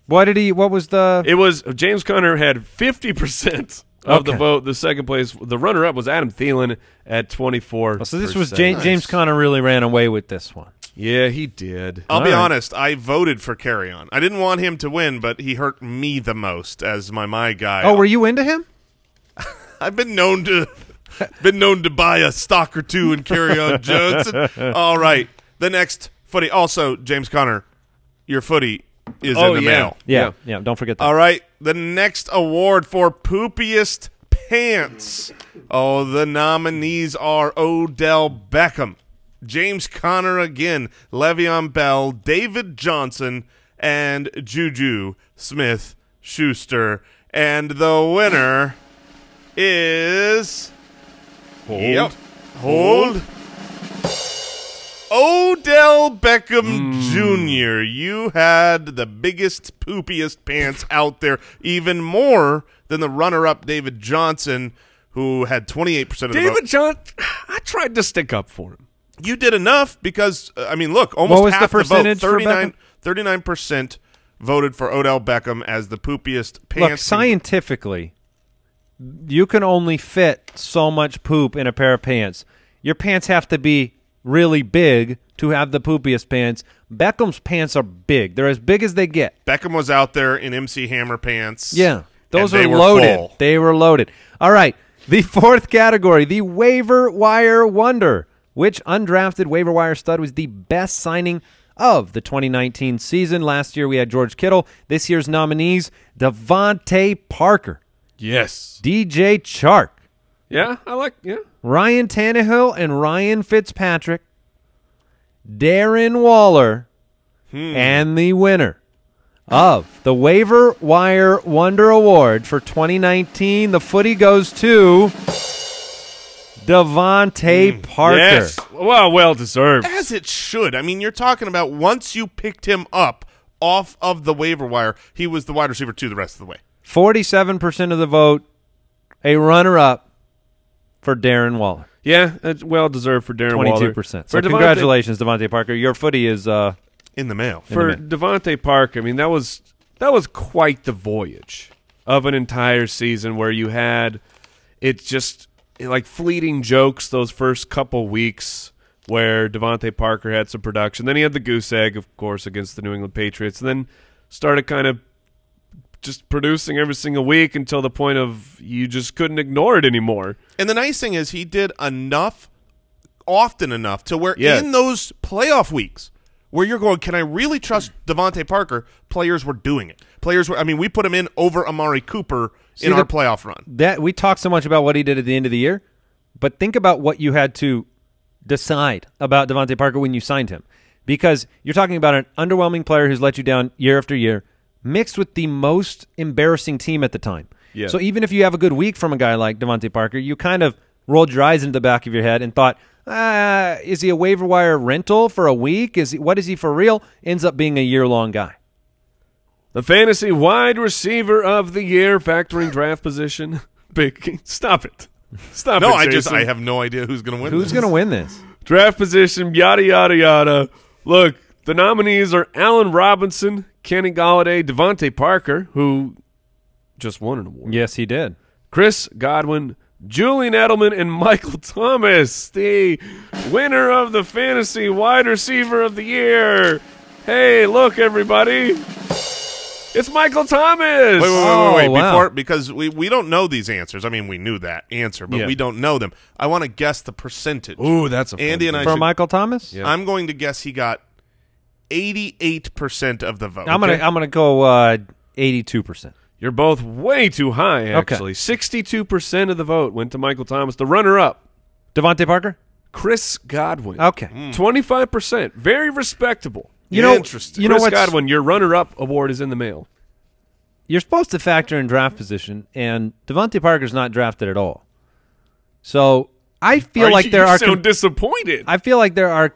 B: What did he? What was the?
A: It was James Conner had fifty percent of the
B: Okay.
A: vote. The second place, the runner-up was Adam Thielen at twenty-four.
B: Oh, so this was Ja- James Conner really ran away with this one.
A: Yeah, he did.
C: I'll
B: All
C: be
B: right.
C: honest. I voted for Carry On. I didn't want him to win, but he hurt me the most as my my guy.
B: Oh, were you into him?
C: I've been known to been known to buy a stock or two and Carry On Johnson. All right. The next footy. Also, James Conner, your footy is
A: Oh,
C: in the
A: yeah.
C: mail.
B: Yeah, yeah. don't forget that.
C: All right, the next award for poopiest pants. Oh, the nominees are Odell Beckham, James Conner again, Le'Veon Bell, David Johnson, and Juju Smith Schuster. And the winner is
A: Hold.
C: Yep. Hold. Odell
B: Hmm.
C: Beckham Jr., you had the biggest, poopiest pants out there, even more than the runner up, David Johnson, who had 28% of the
A: David
C: vote.
A: John, I tried to stick up for him.
C: You did enough because, uh, I mean, look, almost
B: What was
C: half
B: the percentage for
C: 39, 39% voted for Odell Beckham as the poopiest pants.
B: Look, scientifically, you can only fit so much poop in a pair of pants. Your pants have to be really big to have the poopiest pants. Beckham's pants are big. They're as big as they get.
C: Beckham was out there in MC Hammer pants.
B: Yeah. Those
C: and
B: are
C: they were
B: loaded.
C: full.
B: They were loaded. All right. The fourth category, the waiver wire wonder. Which undrafted waiver wire stud was the best signing of the 2019 season? Last year we had George Kittle. This year's nominees, Devontae Parker,
A: Yes.
B: DJ Chark,
A: Yeah, I like. Yeah.
B: Ryan Tannehill and Ryan Fitzpatrick, Darren Waller,
A: Hmm.
B: and the winner of the Waiver Wire Wonder Award for 2019. The footy goes to Devontae Parker.
A: Hmm. Yes. Well, well deserved.
C: As it should. I mean, you're talking about once you picked him up off of the waiver wire, he was the wide receiver two the rest of the way.
B: 47% of the vote, a runner up for Darren Waller.
A: Yeah, it's well deserved for Darren Waller.
B: 22%. So
A: For Devontae-
B: congratulations, Devontae Parker. Your footy is uh,
C: In the mail.
A: for Devontae Parker, I mean that was that was quite the voyage of an entire season where you had it's just like fleeting jokes those first couple weeks where Devontae Parker had some production. Then he had the goose egg, of course, against the New England Patriots, and then started kind of just producing every single week until the point of you just couldn't ignore it anymore.
C: And the nice thing is he did enough often enough to where
A: Yeah.
C: in those playoff weeks where you're going, can I really trust Devontae Parker? Players were doing it. Players were I mean, we put him in over Amari Cooper in
B: the-
C: our playoff run.
B: that we talk so much about what he did at the end of the year, but think about what you had to decide about Devontae Parker when you signed him. Because you're talking about an underwhelming player who's let you down year after year, mixed with the most embarrassing team at the time.
A: Yeah.
B: So even if you have a good week from a guy like Devontae Parker, you kind of rolled your eyes into the back of your head and thought, uh, is he a waiver wire rental for a week? Is he, what is he for real? Ends up being a year long guy.
A: The fantasy wide receiver of the year, factoring draft position. Big, stop it. Stop it.
C: No, I just
A: Jason.
C: I have no idea who's going to win.
B: Who's
C: this.
B: going to win this?
A: draft position, yada yada yada. Look, the nominees are Allen Robinson, Kenny Galladay, Devontae Parker, who just won an award.
B: Yes, he did.
A: Chris Godwin, Julian Edelman, and Michael Thomas, the winner of the fantasy wide receiver of the year. Hey, look, everybody. It's Michael Thomas.
C: Wait, wait, wait, wait,
B: Oh,
C: wait.
B: wow.
C: Before, because we, we don't know these answers. I mean, we knew that answer, but
A: Yeah.
C: we don't know them. I want to guess the percentage.
A: Ooh, that's a fun
C: Andy and I.
B: For
C: should-
B: Michael Thomas? Yeah.
C: I'm going to guess he got 88 percent of the vote.
B: I'm gonna I'm gonna go uh, 82%.
A: You're both way too high,
B: Okay.
A: actually. 62% of the vote went to Michael Thomas, the runner up.
B: Devontae Parker?
A: Chris Godwin.
B: Okay.
A: Twenty-five percent, very respectable.
B: You know,
C: Interesting.
B: you know
A: Chris
B: what's
A: Godwin, your runner-up award is in the mail.
B: you're supposed to factor in draft position, and Devontae Parker's not drafted at all. So I feel
A: Are
B: like
A: you,
B: there
A: you
B: are
A: sound
B: com-
A: disappointed.
B: I feel like there are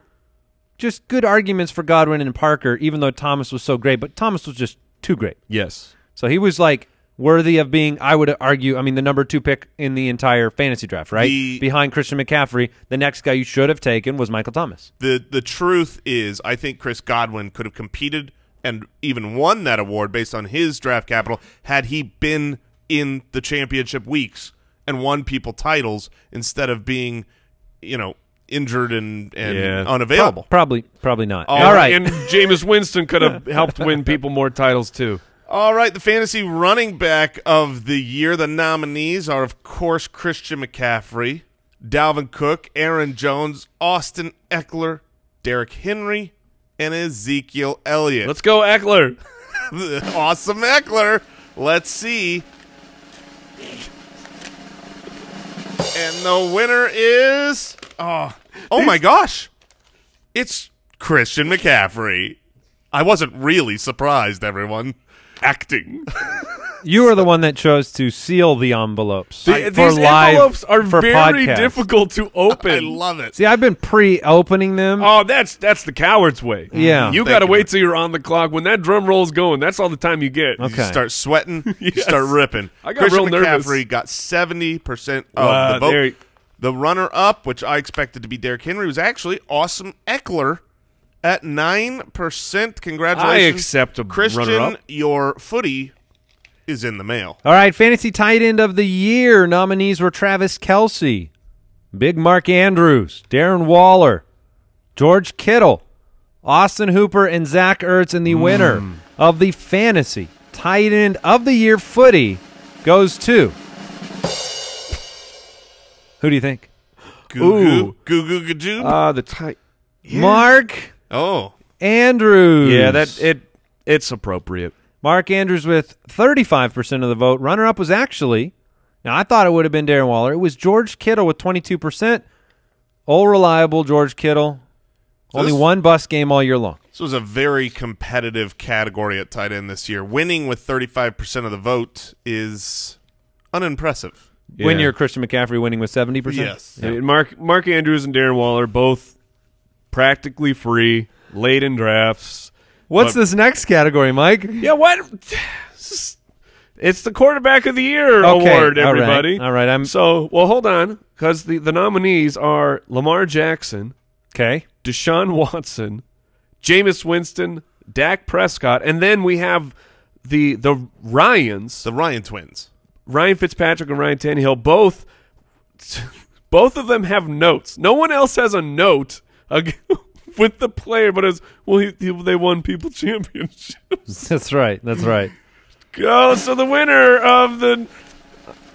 B: just good arguments for Godwin and Parker, even though Thomas was so great, but Thomas was just too great.
A: yes,
B: So he was like worthy of being, I would argue, I mean, the number two pick in the entire fantasy draft, right?
C: The-
B: Behind Christian McCaffrey, the next guy you should have taken was Michael Thomas.
C: the the truth is, I think Chris Godwin could have competed and even won that award based on his draft capital had he been in the championship weeks and won people titles instead of being, you know, injured and and
A: Yeah.
C: unavailable.
B: Probably, probably not.
C: Oh,
B: All right.
A: and Jameis Winston could have helped win people more titles too.
C: All right, the fantasy running back of the year. The nominees are, of course, Christian McCaffrey, Dalvin Cook, Aaron Jones, Austin Eckler, Derek Henry, and Ezekiel Elliott.
A: Let's go, Eckler.
C: awesome Eckler. Let's see. And the winner is oh, oh my gosh. It's Christian McCaffrey. I wasn't really surprised, everyone. Acting.
B: You are the one that chose to seal the envelopes
A: Th-
B: for
A: These
B: live
A: envelopes are
B: for
A: very
B: podcast.
A: difficult to open.
C: I love it.
B: See, I've been pre-opening them.
A: Oh, that's that's the coward's way.
B: Mm-hmm. Yeah.
A: you
C: Thank
A: got to
C: you.
A: wait till you're on the clock. When that drum roll's going, that's all the time you get.
B: Okay.
C: You start sweating, you start ripping.
A: I got
C: Christian
A: real nervous.
C: McCaffrey got 70% of
A: Wow,
C: the vote.
A: there-
C: The runner up, which I expected to be Derrick Henry, was actually Awesome Eckler at 9%. Congratulations.
A: I accept a
C: Christian,
A: runner-up.
C: your footy is in the mail.
B: All right, fantasy tight end of the year nominees were Travis Kelsey, Big Mark Andrews, Darren Waller, George Kittle, Austin Hooper, and Zach Ertz. And the
A: Hmm.
B: winner of the fantasy tight end of the year footy goes to. Who do you think?
C: Goo goo goo goo goo.
A: Ah, the tight.
B: Mark
C: oh.
B: Andrews.
A: Yeah, that it it's appropriate.
B: Mark Andrews with 35% of the vote. Runner up was actually, now I thought it would have been Darren Waller. It was George Kittle with 22%. Old reliable George Kittle. Only
C: this-
B: one bus game all year long.
C: This was a very competitive category at tight end this year. Winning with 35% of the vote is unimpressive.
B: When
A: Yeah.
B: you're Christian McCaffrey winning with 70%.
A: I mean, Mark Mark Andrews and Darren Waller both practically free late in drafts.
B: What's
A: But-
B: this next category, Mike?
A: Yeah, what? It's the quarterback of the year
B: Okay,
A: award,
B: all right,
A: everybody.
B: all right, I'm-
A: so well. Hold on, because the the nominees are Lamar Jackson,
B: Okay.
A: Deshaun Watson, Jameis Winston, Dak Prescott, and then we have the the Ryans.
C: The Ryan twins.
A: Ryan Fitzpatrick and Ryan Tannehill both both of them have notes. No one else has a note ag- with the player, but as well, he, he- they won people championships.
B: That's right. That's right.
A: Go so the winner of the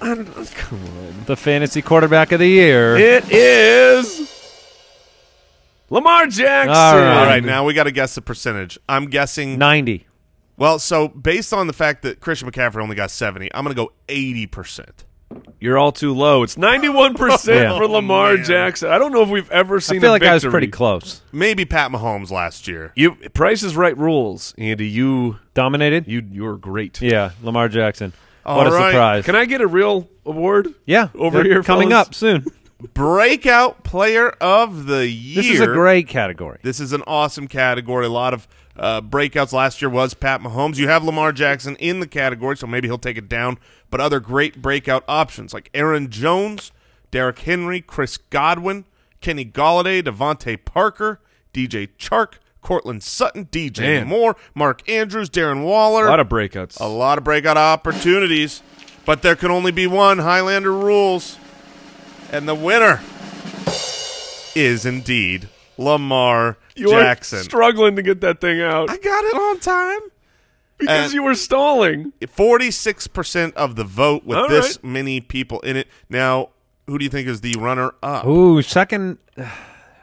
A: I don't know, come on.
B: The fantasy quarterback of the year.
A: it is Lamar Jackson.
B: All right.
C: All right, now we got to guess the percentage. I'm guessing.
B: 90.
C: Well, so based on the fact that Christian McCaffrey only got 70, I'm going to go 80%.
A: You're all too low. It's 91%
B: Yeah.
A: for Lamar Jackson. I don't know if we've ever
B: I
A: seen
B: feel
A: a
B: like I was
A: victory.
B: pretty close.
C: Maybe Pat Mahomes last year.
A: You Price is Right rules, Andy. You
B: Dominated?
A: you you're great.
B: yeah, Lamar Jackson.
C: All
B: what a
C: right.
B: surprise.
A: Can I get a real award?
B: yeah.
A: Over
B: they're
A: here,
B: Coming
A: fellas.
B: up soon.
C: breakout player of the year.
B: This is a great category.
C: This is an awesome category. A lot of uh, breakouts last year was Pat Mahomes. You have Lamar Jackson in the category, so maybe he'll take it down. But other great breakout options like Aaron Jones, Derrick Henry, Chris Godwin, Kenny Galladay, Devontae Parker, DJ Chark, Cortland Sutton, DJ
A: Man.
C: Moore, Mark Andrews, Darren Waller.
A: A lot of breakouts.
C: a lot of breakout opportunities, but there can only be one. Highlander rules. And the winner is indeed Lamar
A: you are
C: Jackson.
A: struggling to get that thing out
C: I got it on time.
A: because
C: and-
A: you were stalling.
C: 46% of the vote with
A: All
C: this
A: right.
C: many people in it. Now, who do you think is the runner up?
B: Ooh, second.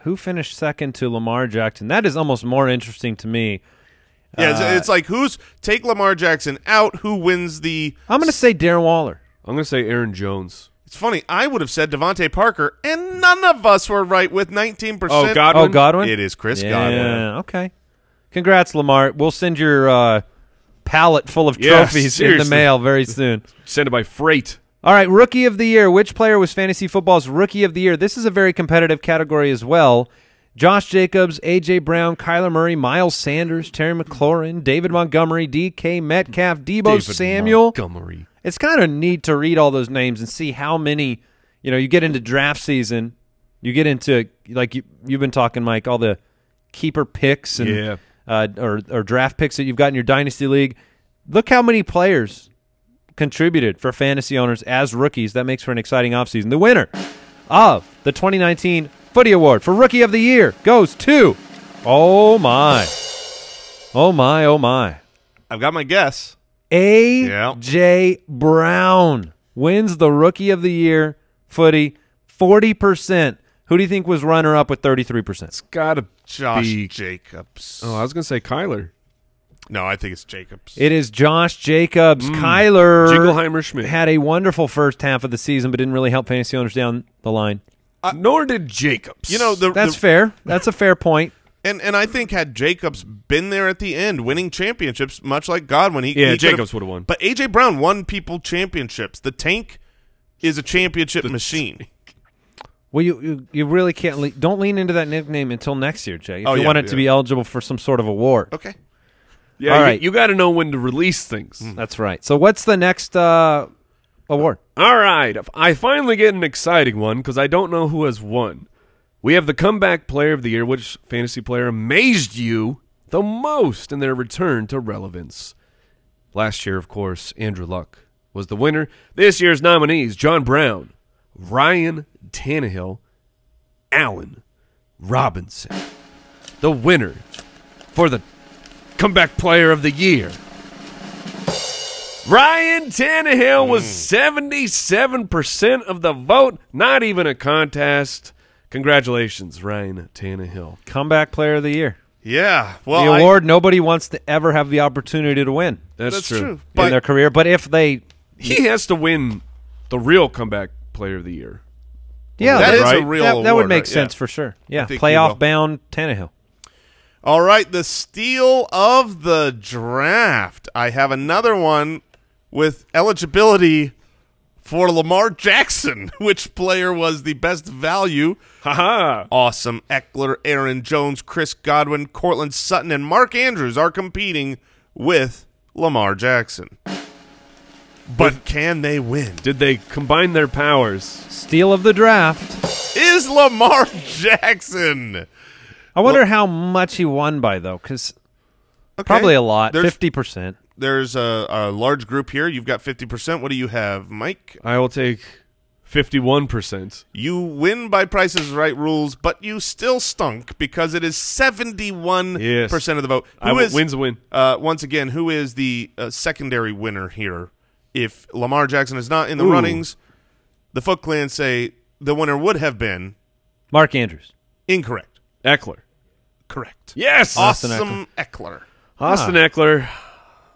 B: Who finished second to Lamar Jackson? That is almost more interesting to me.
C: yeah, it's, it's like who's take Lamar Jackson out, who wins the
B: I'm going to say Darren Waller.
A: I'm going to say Aaron Jones.
C: It's funny, I would have said Devontae Parker and none of us were right with 19%.
A: Oh, Godwin.
B: Oh, Godwin.
C: It is Chris
B: yeah,
C: Godwin.
B: Okay. Congrats, Lamar. We'll send your uh, pallet full of
A: Yeah,
B: trophies in
A: seriously.
B: the mail very soon.
A: Sent it by freight.
B: All right, rookie of the year. Which player was fantasy football's rookie of the year? This is a very competitive category as well. Josh Jacobs, AJ Brown, Kyler Murray, Miles Sanders, Terry McLaurin, David Montgomery, DK Metcalf, Debo
C: Oh,
B: Samuel.
A: Montgomery.
B: It's kind of neat to read all those names and see how many, you know, you get into draft season, you get into like you, you've been talking, Mike, all the keeper picks and
A: Yeah.
B: uh, or or draft picks that you've got in your dynasty league. Look how many players contributed for fantasy owners as rookies. That makes for an exciting offseason. The winner of the 2019 Footy Award for Rookie of the Year goes to, oh my, oh my, oh my.
C: I've got my guess.
B: AJ Brown wins the rookie of the year footy 40%. Who do you think was runner up with 33%?
A: Got to
C: Josh
A: be.
C: Jacobs.
A: Oh, I was going to say Kyler.
C: No, I think it's Jacobs.
B: It is Josh Jacobs.
C: Mm.
B: Kyler
A: Jingleheimer Schmidt.
B: had a wonderful first half of the season, but didn't really help fantasy owners down the line.
A: Nor did Jacobs.
C: you know the
B: That's
C: the-
B: fair. That's a fair point.
C: and and I think had Jacobs been there at the end, winning championships, much like Godwin, he
A: Yeah,
C: he could've-
A: Jacobs would've won.
C: But AJ Brown won people championships. The tank is a championship machine.
B: Well, you, you, you really can't le- don't lean into that nickname until next year, Jay. If
C: Oh,
B: you
C: yeah,
B: want it
C: yeah.
B: to be eligible for some sort of award.
C: Okay,
A: yeah,
B: all
A: you,
B: right.
A: got to know when to release things.
B: That's right. So what's the next uh, award?
A: All right, I finally get an exciting one because I don't know who has won. We have the comeback player of the year. Which fantasy player amazed you the most in their return to relevance? Last year, of course, Andrew Luck was the winner. This year's nominees John Brown, Ryan Tannehill, Allen Robinson. The winner for the comeback player of the year. Ryan Tannehill was 77% of the vote. Not even a contest. Congratulations, Ryan Tannehill.
B: Comeback player of the year.
C: yeah. Well,
B: the
C: I-
B: award nobody wants to ever have the opportunity to win
A: That's,
C: That's
A: true.
C: true.
B: in
C: But-
B: their career. But if they,
A: He has to win the real comeback player of the year.
B: yeah,
C: That is a
B: right.
C: real
B: That, that
C: award,
B: would make
C: right?
B: sense
C: Yeah.
B: for sure. Yeah,
C: think he will.
B: playoff bound Tannehill.
C: all right, the steal of the draft. I have another one with eligibility for Lamar Jackson. Which player was the best value?
A: Haha.
C: Awesome. Eckler, Aaron Jones, Chris Godwin, Cortland Sutton, and Mark Andrews are competing with Lamar Jackson. But can they win?
A: Did they combine their powers?
B: Steal of the draft.
C: Is Lamar Jackson
B: I wonder how much he won by though, because
C: Okay.
B: probably a lot,
C: There's,
B: fifty percent.
C: there's a, a large group here. You've got fifty percent. What do you have, Mike?
A: I will take 51%.
C: You win by Price's Right rules, but you still stunk because it is seventy-one
A: Yes.
C: percent of the vote.
A: I
C: Who
A: will-
C: is-
A: wins a win.
C: Uh, once again, who is the uh, secondary winner here? If Lamar Jackson is not in the
A: Ooh.
C: runnings, the Foot Clan say the winner would have been
B: Mark Andrews.
C: incorrect.
A: Eckler.
C: Correct.
A: Yes. Ah.
C: Awesome
B: Austin
C: Eckler.
A: Austin Eckler,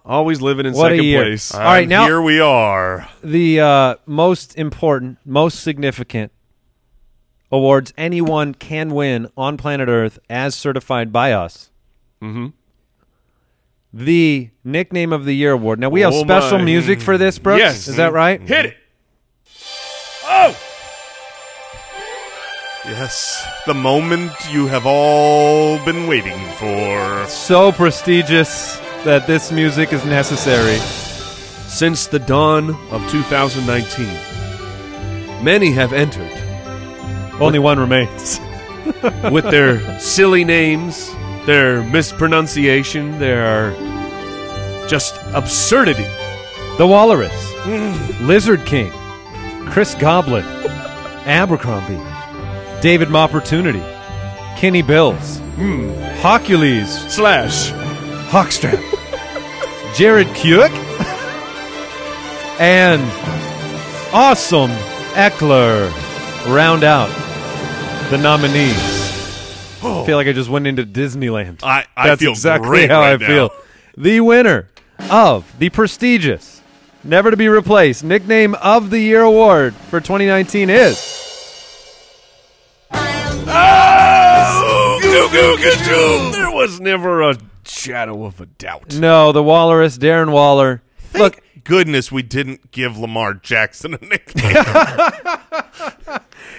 A: always living in
B: What a
A: second
B: year.
A: place.
B: All right,
C: And
B: now-
C: here we are.
B: The uh, most important, most significant awards anyone can win on planet Earth, as certified by us. Mm-hmm. The nickname of the year award. Now we have
A: Oh,
B: special
A: my.
B: music for this, Brooks.
A: Yes.
B: is that right?
A: Hit it. Oh!
C: Yes, the moment you have all been waiting for.
B: So prestigious that this music is necessary.
A: Since the dawn of 2019, many have entered
B: Only one remains.
A: with their silly names, their mispronunciation, their just absurdity.
B: The Walrus, Lizard King, Chris Goblin, Abercrombie, David Mopportunity, Kenny Bills,
A: Hmm.
B: Hocules,
A: Slash.
B: Hawkstrap, Jared Kuick, and Awesome Eckler round out the nominees. I feel like I just went into Disneyland.
C: I, I
B: That's
C: feel
B: exactly
C: great
B: how
C: right
B: I
C: now.
B: feel. The winner of the prestigious, never to be replaced, nickname of the year award for 2019 is
A: There was never a shadow of a doubt.
B: no the Walrus Darren Waller. Look,
C: Goodness, we didn't give Lamar Jackson a nickname.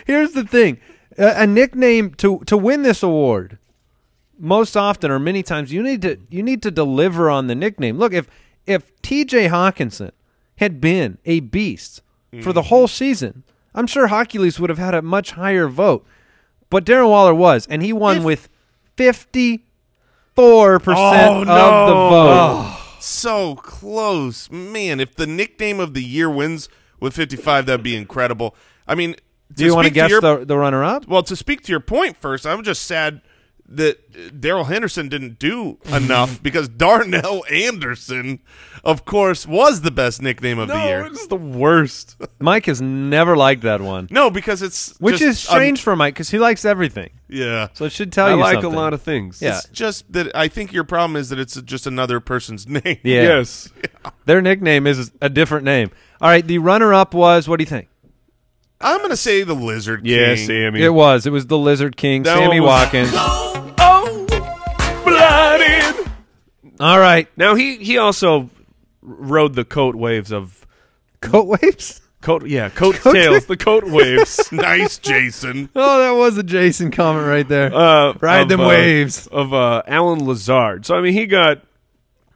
B: here's the thing: a, a nickname to to win this award. Most often, or many times, you need to you need to deliver on the nickname. Look, if if T.J. Hawkinson had been a beast for the whole season, I'm sure Hocules would have had a much higher vote. But Darren Waller was, and he won with 54 percent
C: Oh,
B: of
C: no.
B: the vote.
C: so close. Man, if the nickname of the year wins with 55, that'd be incredible. I mean,
B: Do you
C: want to
B: guess
C: your,
B: the, the runner up?
C: Well, to speak to your point first, I'm just sad that uh, Daryl Henderson didn't do enough because Darnell Anderson, of course, was the best nickname of the year.
A: the worst.
B: Mike has never liked that one,
C: No, because it's
B: which
C: just
B: is strange for Mike because he likes everything.
C: un- yeah,
B: So it should tell
A: I
B: you
A: like
B: something.
A: a lot of things.
B: Yeah.
C: it's just that I think your problem is that it's just another person's name.
B: Yeah.
A: Yes.
B: Their nickname is a different name. All right, the runner-up was what do you think?
C: I'm gonna say the Lizard King.
A: Yeah, Sammy.
B: It was. It was the Lizard King,
A: That
B: Sammy
A: one was-
B: Watkins.
A: Blooded.
B: All right,
A: Now he he also rode the coat waves of
B: coat waves.
A: coat yeah coat tails the coat waves
C: nice, Jason.
B: Oh, that was a Jason comment right there.
A: uh,
B: Ride them
A: uh,
B: waves.
A: of uh, Alan Lazard. So I mean he got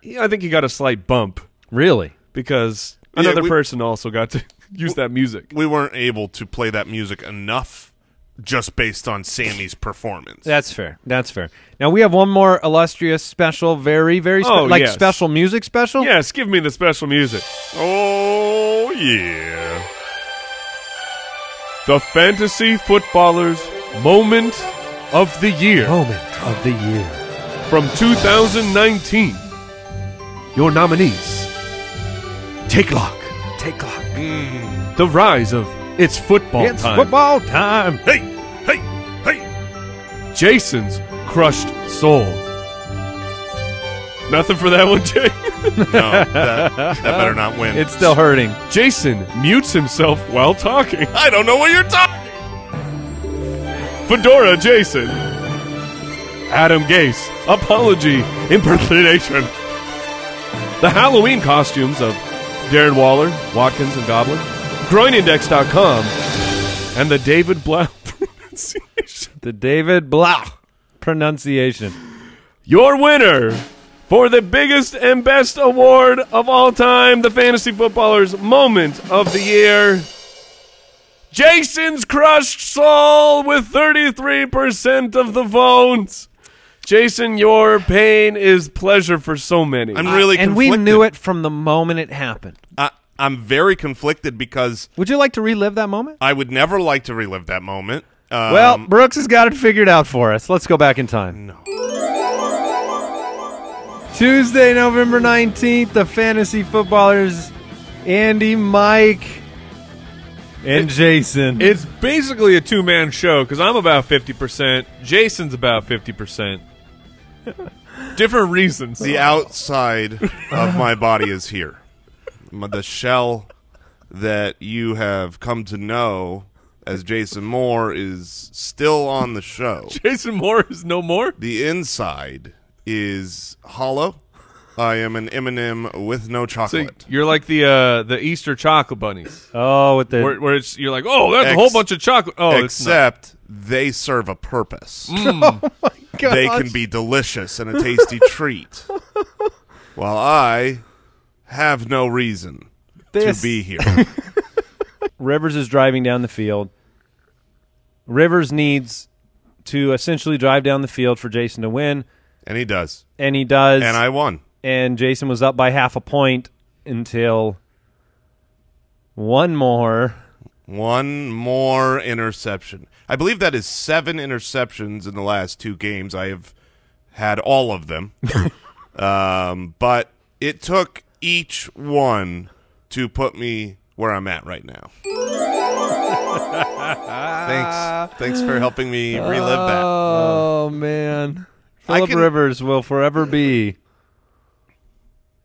A: he, I think he got a slight bump
B: really?
A: because
C: Yeah,
A: another
C: we-
A: person also got to use that music.
C: We weren't able to play that music enough, just based on Sammy's performance.
B: That's fair. That's fair. Now we have one more illustrious special, very very spe-
A: Oh,
B: like
A: yes.
B: special music special.
A: Yes, give me the special music.
C: oh yeah.
A: The fantasy footballers moment of the year.
B: Moment of the year.
A: from 2019. Your nominees Take Lock, Take Lock, The Rise of It's Football
B: it's
A: Time,
B: football time.
C: Hey, hey, hey.
A: Jason's Crushed Soul. Nothing for that one, Jay.
C: No, that, that better not win.
B: It's still hurting.
A: Jason mutes himself while talking.
C: I don't know what you're talking.
A: Fedora Jason. Adam Gase. Apology. Impersonation. The Halloween costumes of Darren Waller, Watkins, and Goblin. Groinindex.com. And the David Blau pronunciation.
B: The David Blau pronunciation.
A: Your winner for the biggest and best award of all time, the Fantasy Footballers Moment of the Year. Jason's crushed soul with 33% of the votes. Jason, your pain is pleasure for so many.
C: I'm really
B: and we
C: conflicted.
B: knew it from the moment it happened.
C: I, I'm very conflicted because
B: Would you like to relive that moment?
C: I would never like to relive that moment. Um,
B: well, Brooks has got it figured out for us. Let's go back in time.
C: No.
B: Tuesday, November 19th, the fantasy footballers, Andy, Mike, and Jason.
A: it's basically a two man show because I'm about 50%, Jason's about 50%. Different reasons.
C: the outside of my body is here. My- The shell that you have come to know as Jason Moore is still on the show.
A: Jason Moore is no more?
C: The inside is hollow I am an M&M with no
A: So
C: chocolate.
A: you're like the uh, the Easter chocolate bunnies,
B: Oh, with the
A: where, where it's you're like, oh, that's
C: Ex-
A: a whole bunch of chocolate. Oh, it's not. Mm.
C: Except they serve a purpose. They can be delicious and a tasty treat. While I have no reason
B: This-
C: to be here.
B: Rivers is driving down the field. Rivers needs to essentially drive down the field for Jason to win,
C: and he does.
B: and he does.
C: And I won.
B: and Jason was up by half a point until one more.
C: One more interception. I believe that is seven interceptions in the last two games. I have had all of them. um, but it took each one to put me where I'm at right now. Thanks. Thanks for helping me relive that.
B: Oh man, Philip
C: can-
B: Rivers will forever be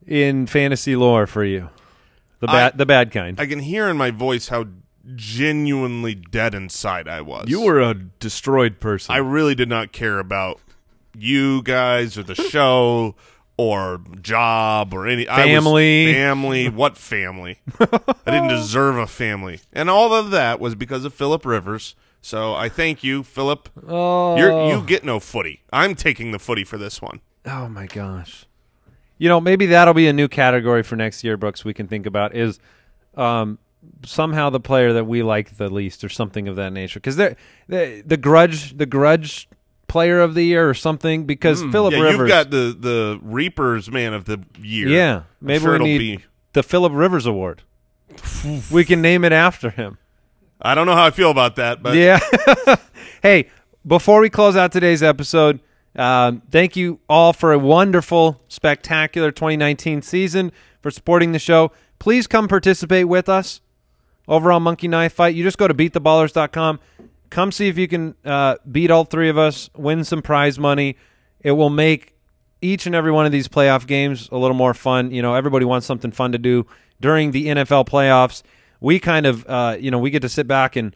B: in fantasy lore for you. The
C: I-
B: bad, the bad kind.
C: I can hear in my voice how genuinely dead inside I was.
A: You were a destroyed person.
C: I really did not care about you guys or the show or job or any I was-
B: Family.
C: family. What family? I didn't deserve a family, and all of that was because of Philip Rivers. So I thank you, Philip.
B: oh,
C: You're, you get no footy. I'm taking the footy for this one.
B: Oh my gosh. You know, maybe that'll be a new category for next year, Brooks, we can think about is um, somehow the player that we like the least or something of that nature. Because the the grudge the grudge player of the year or something because Philip
C: Hmm. Yeah,
B: Rivers
C: you've got the the Reapers man of the year.
B: Yeah.
C: I'm
B: Maybe
C: sure
B: we
C: it'll
B: need
C: be.
B: the Philip Rivers Award. we can name it after him.
C: I don't know how I feel about that, but
B: Yeah. hey, before we close out today's episode, um, thank you all for a wonderful, spectacular 2019 season for supporting the show. Please come participate with us over on Monkey Knife Fight. You just go to beattheballers.com. Come see if you can uh, beat all three of us, win some prize money. It will make each and every one of these playoff games a little more fun. You know, everybody wants something fun to do during the NFL playoffs. We kind of, uh, you know, we get to sit back and,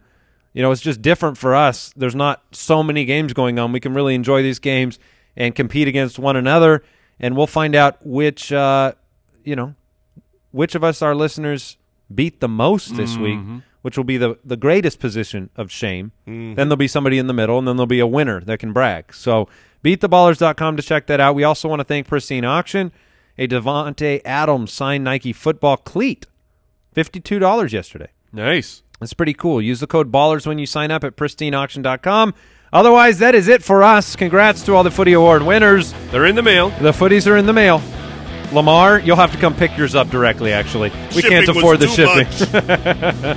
B: you know, it's just different for us. There's not so many games going on. We can really enjoy these games and compete against one another. And we'll find out which, uh, you know, which of us our listeners beat the most this week, which will be the, the greatest position of shame. Then there'll be somebody in the middle, and then there'll be a winner that can brag. So beattheballers.com to check that out. We also want to thank Pristine Auction, a Devonte Adams signed Nike football cleat, $52 yesterday.
A: nice.
B: That's pretty cool. Use the code BALLERS when you sign up at pristineauction.com. Otherwise, that is it for us. Congrats to all the Footy Award winners.
A: They're in the mail.
B: The footies are in the mail. Lamar, you'll have to come pick yours up directly, actually. We
C: Shipping
B: can't
C: was
B: afford the
C: too
B: shipping.
C: much.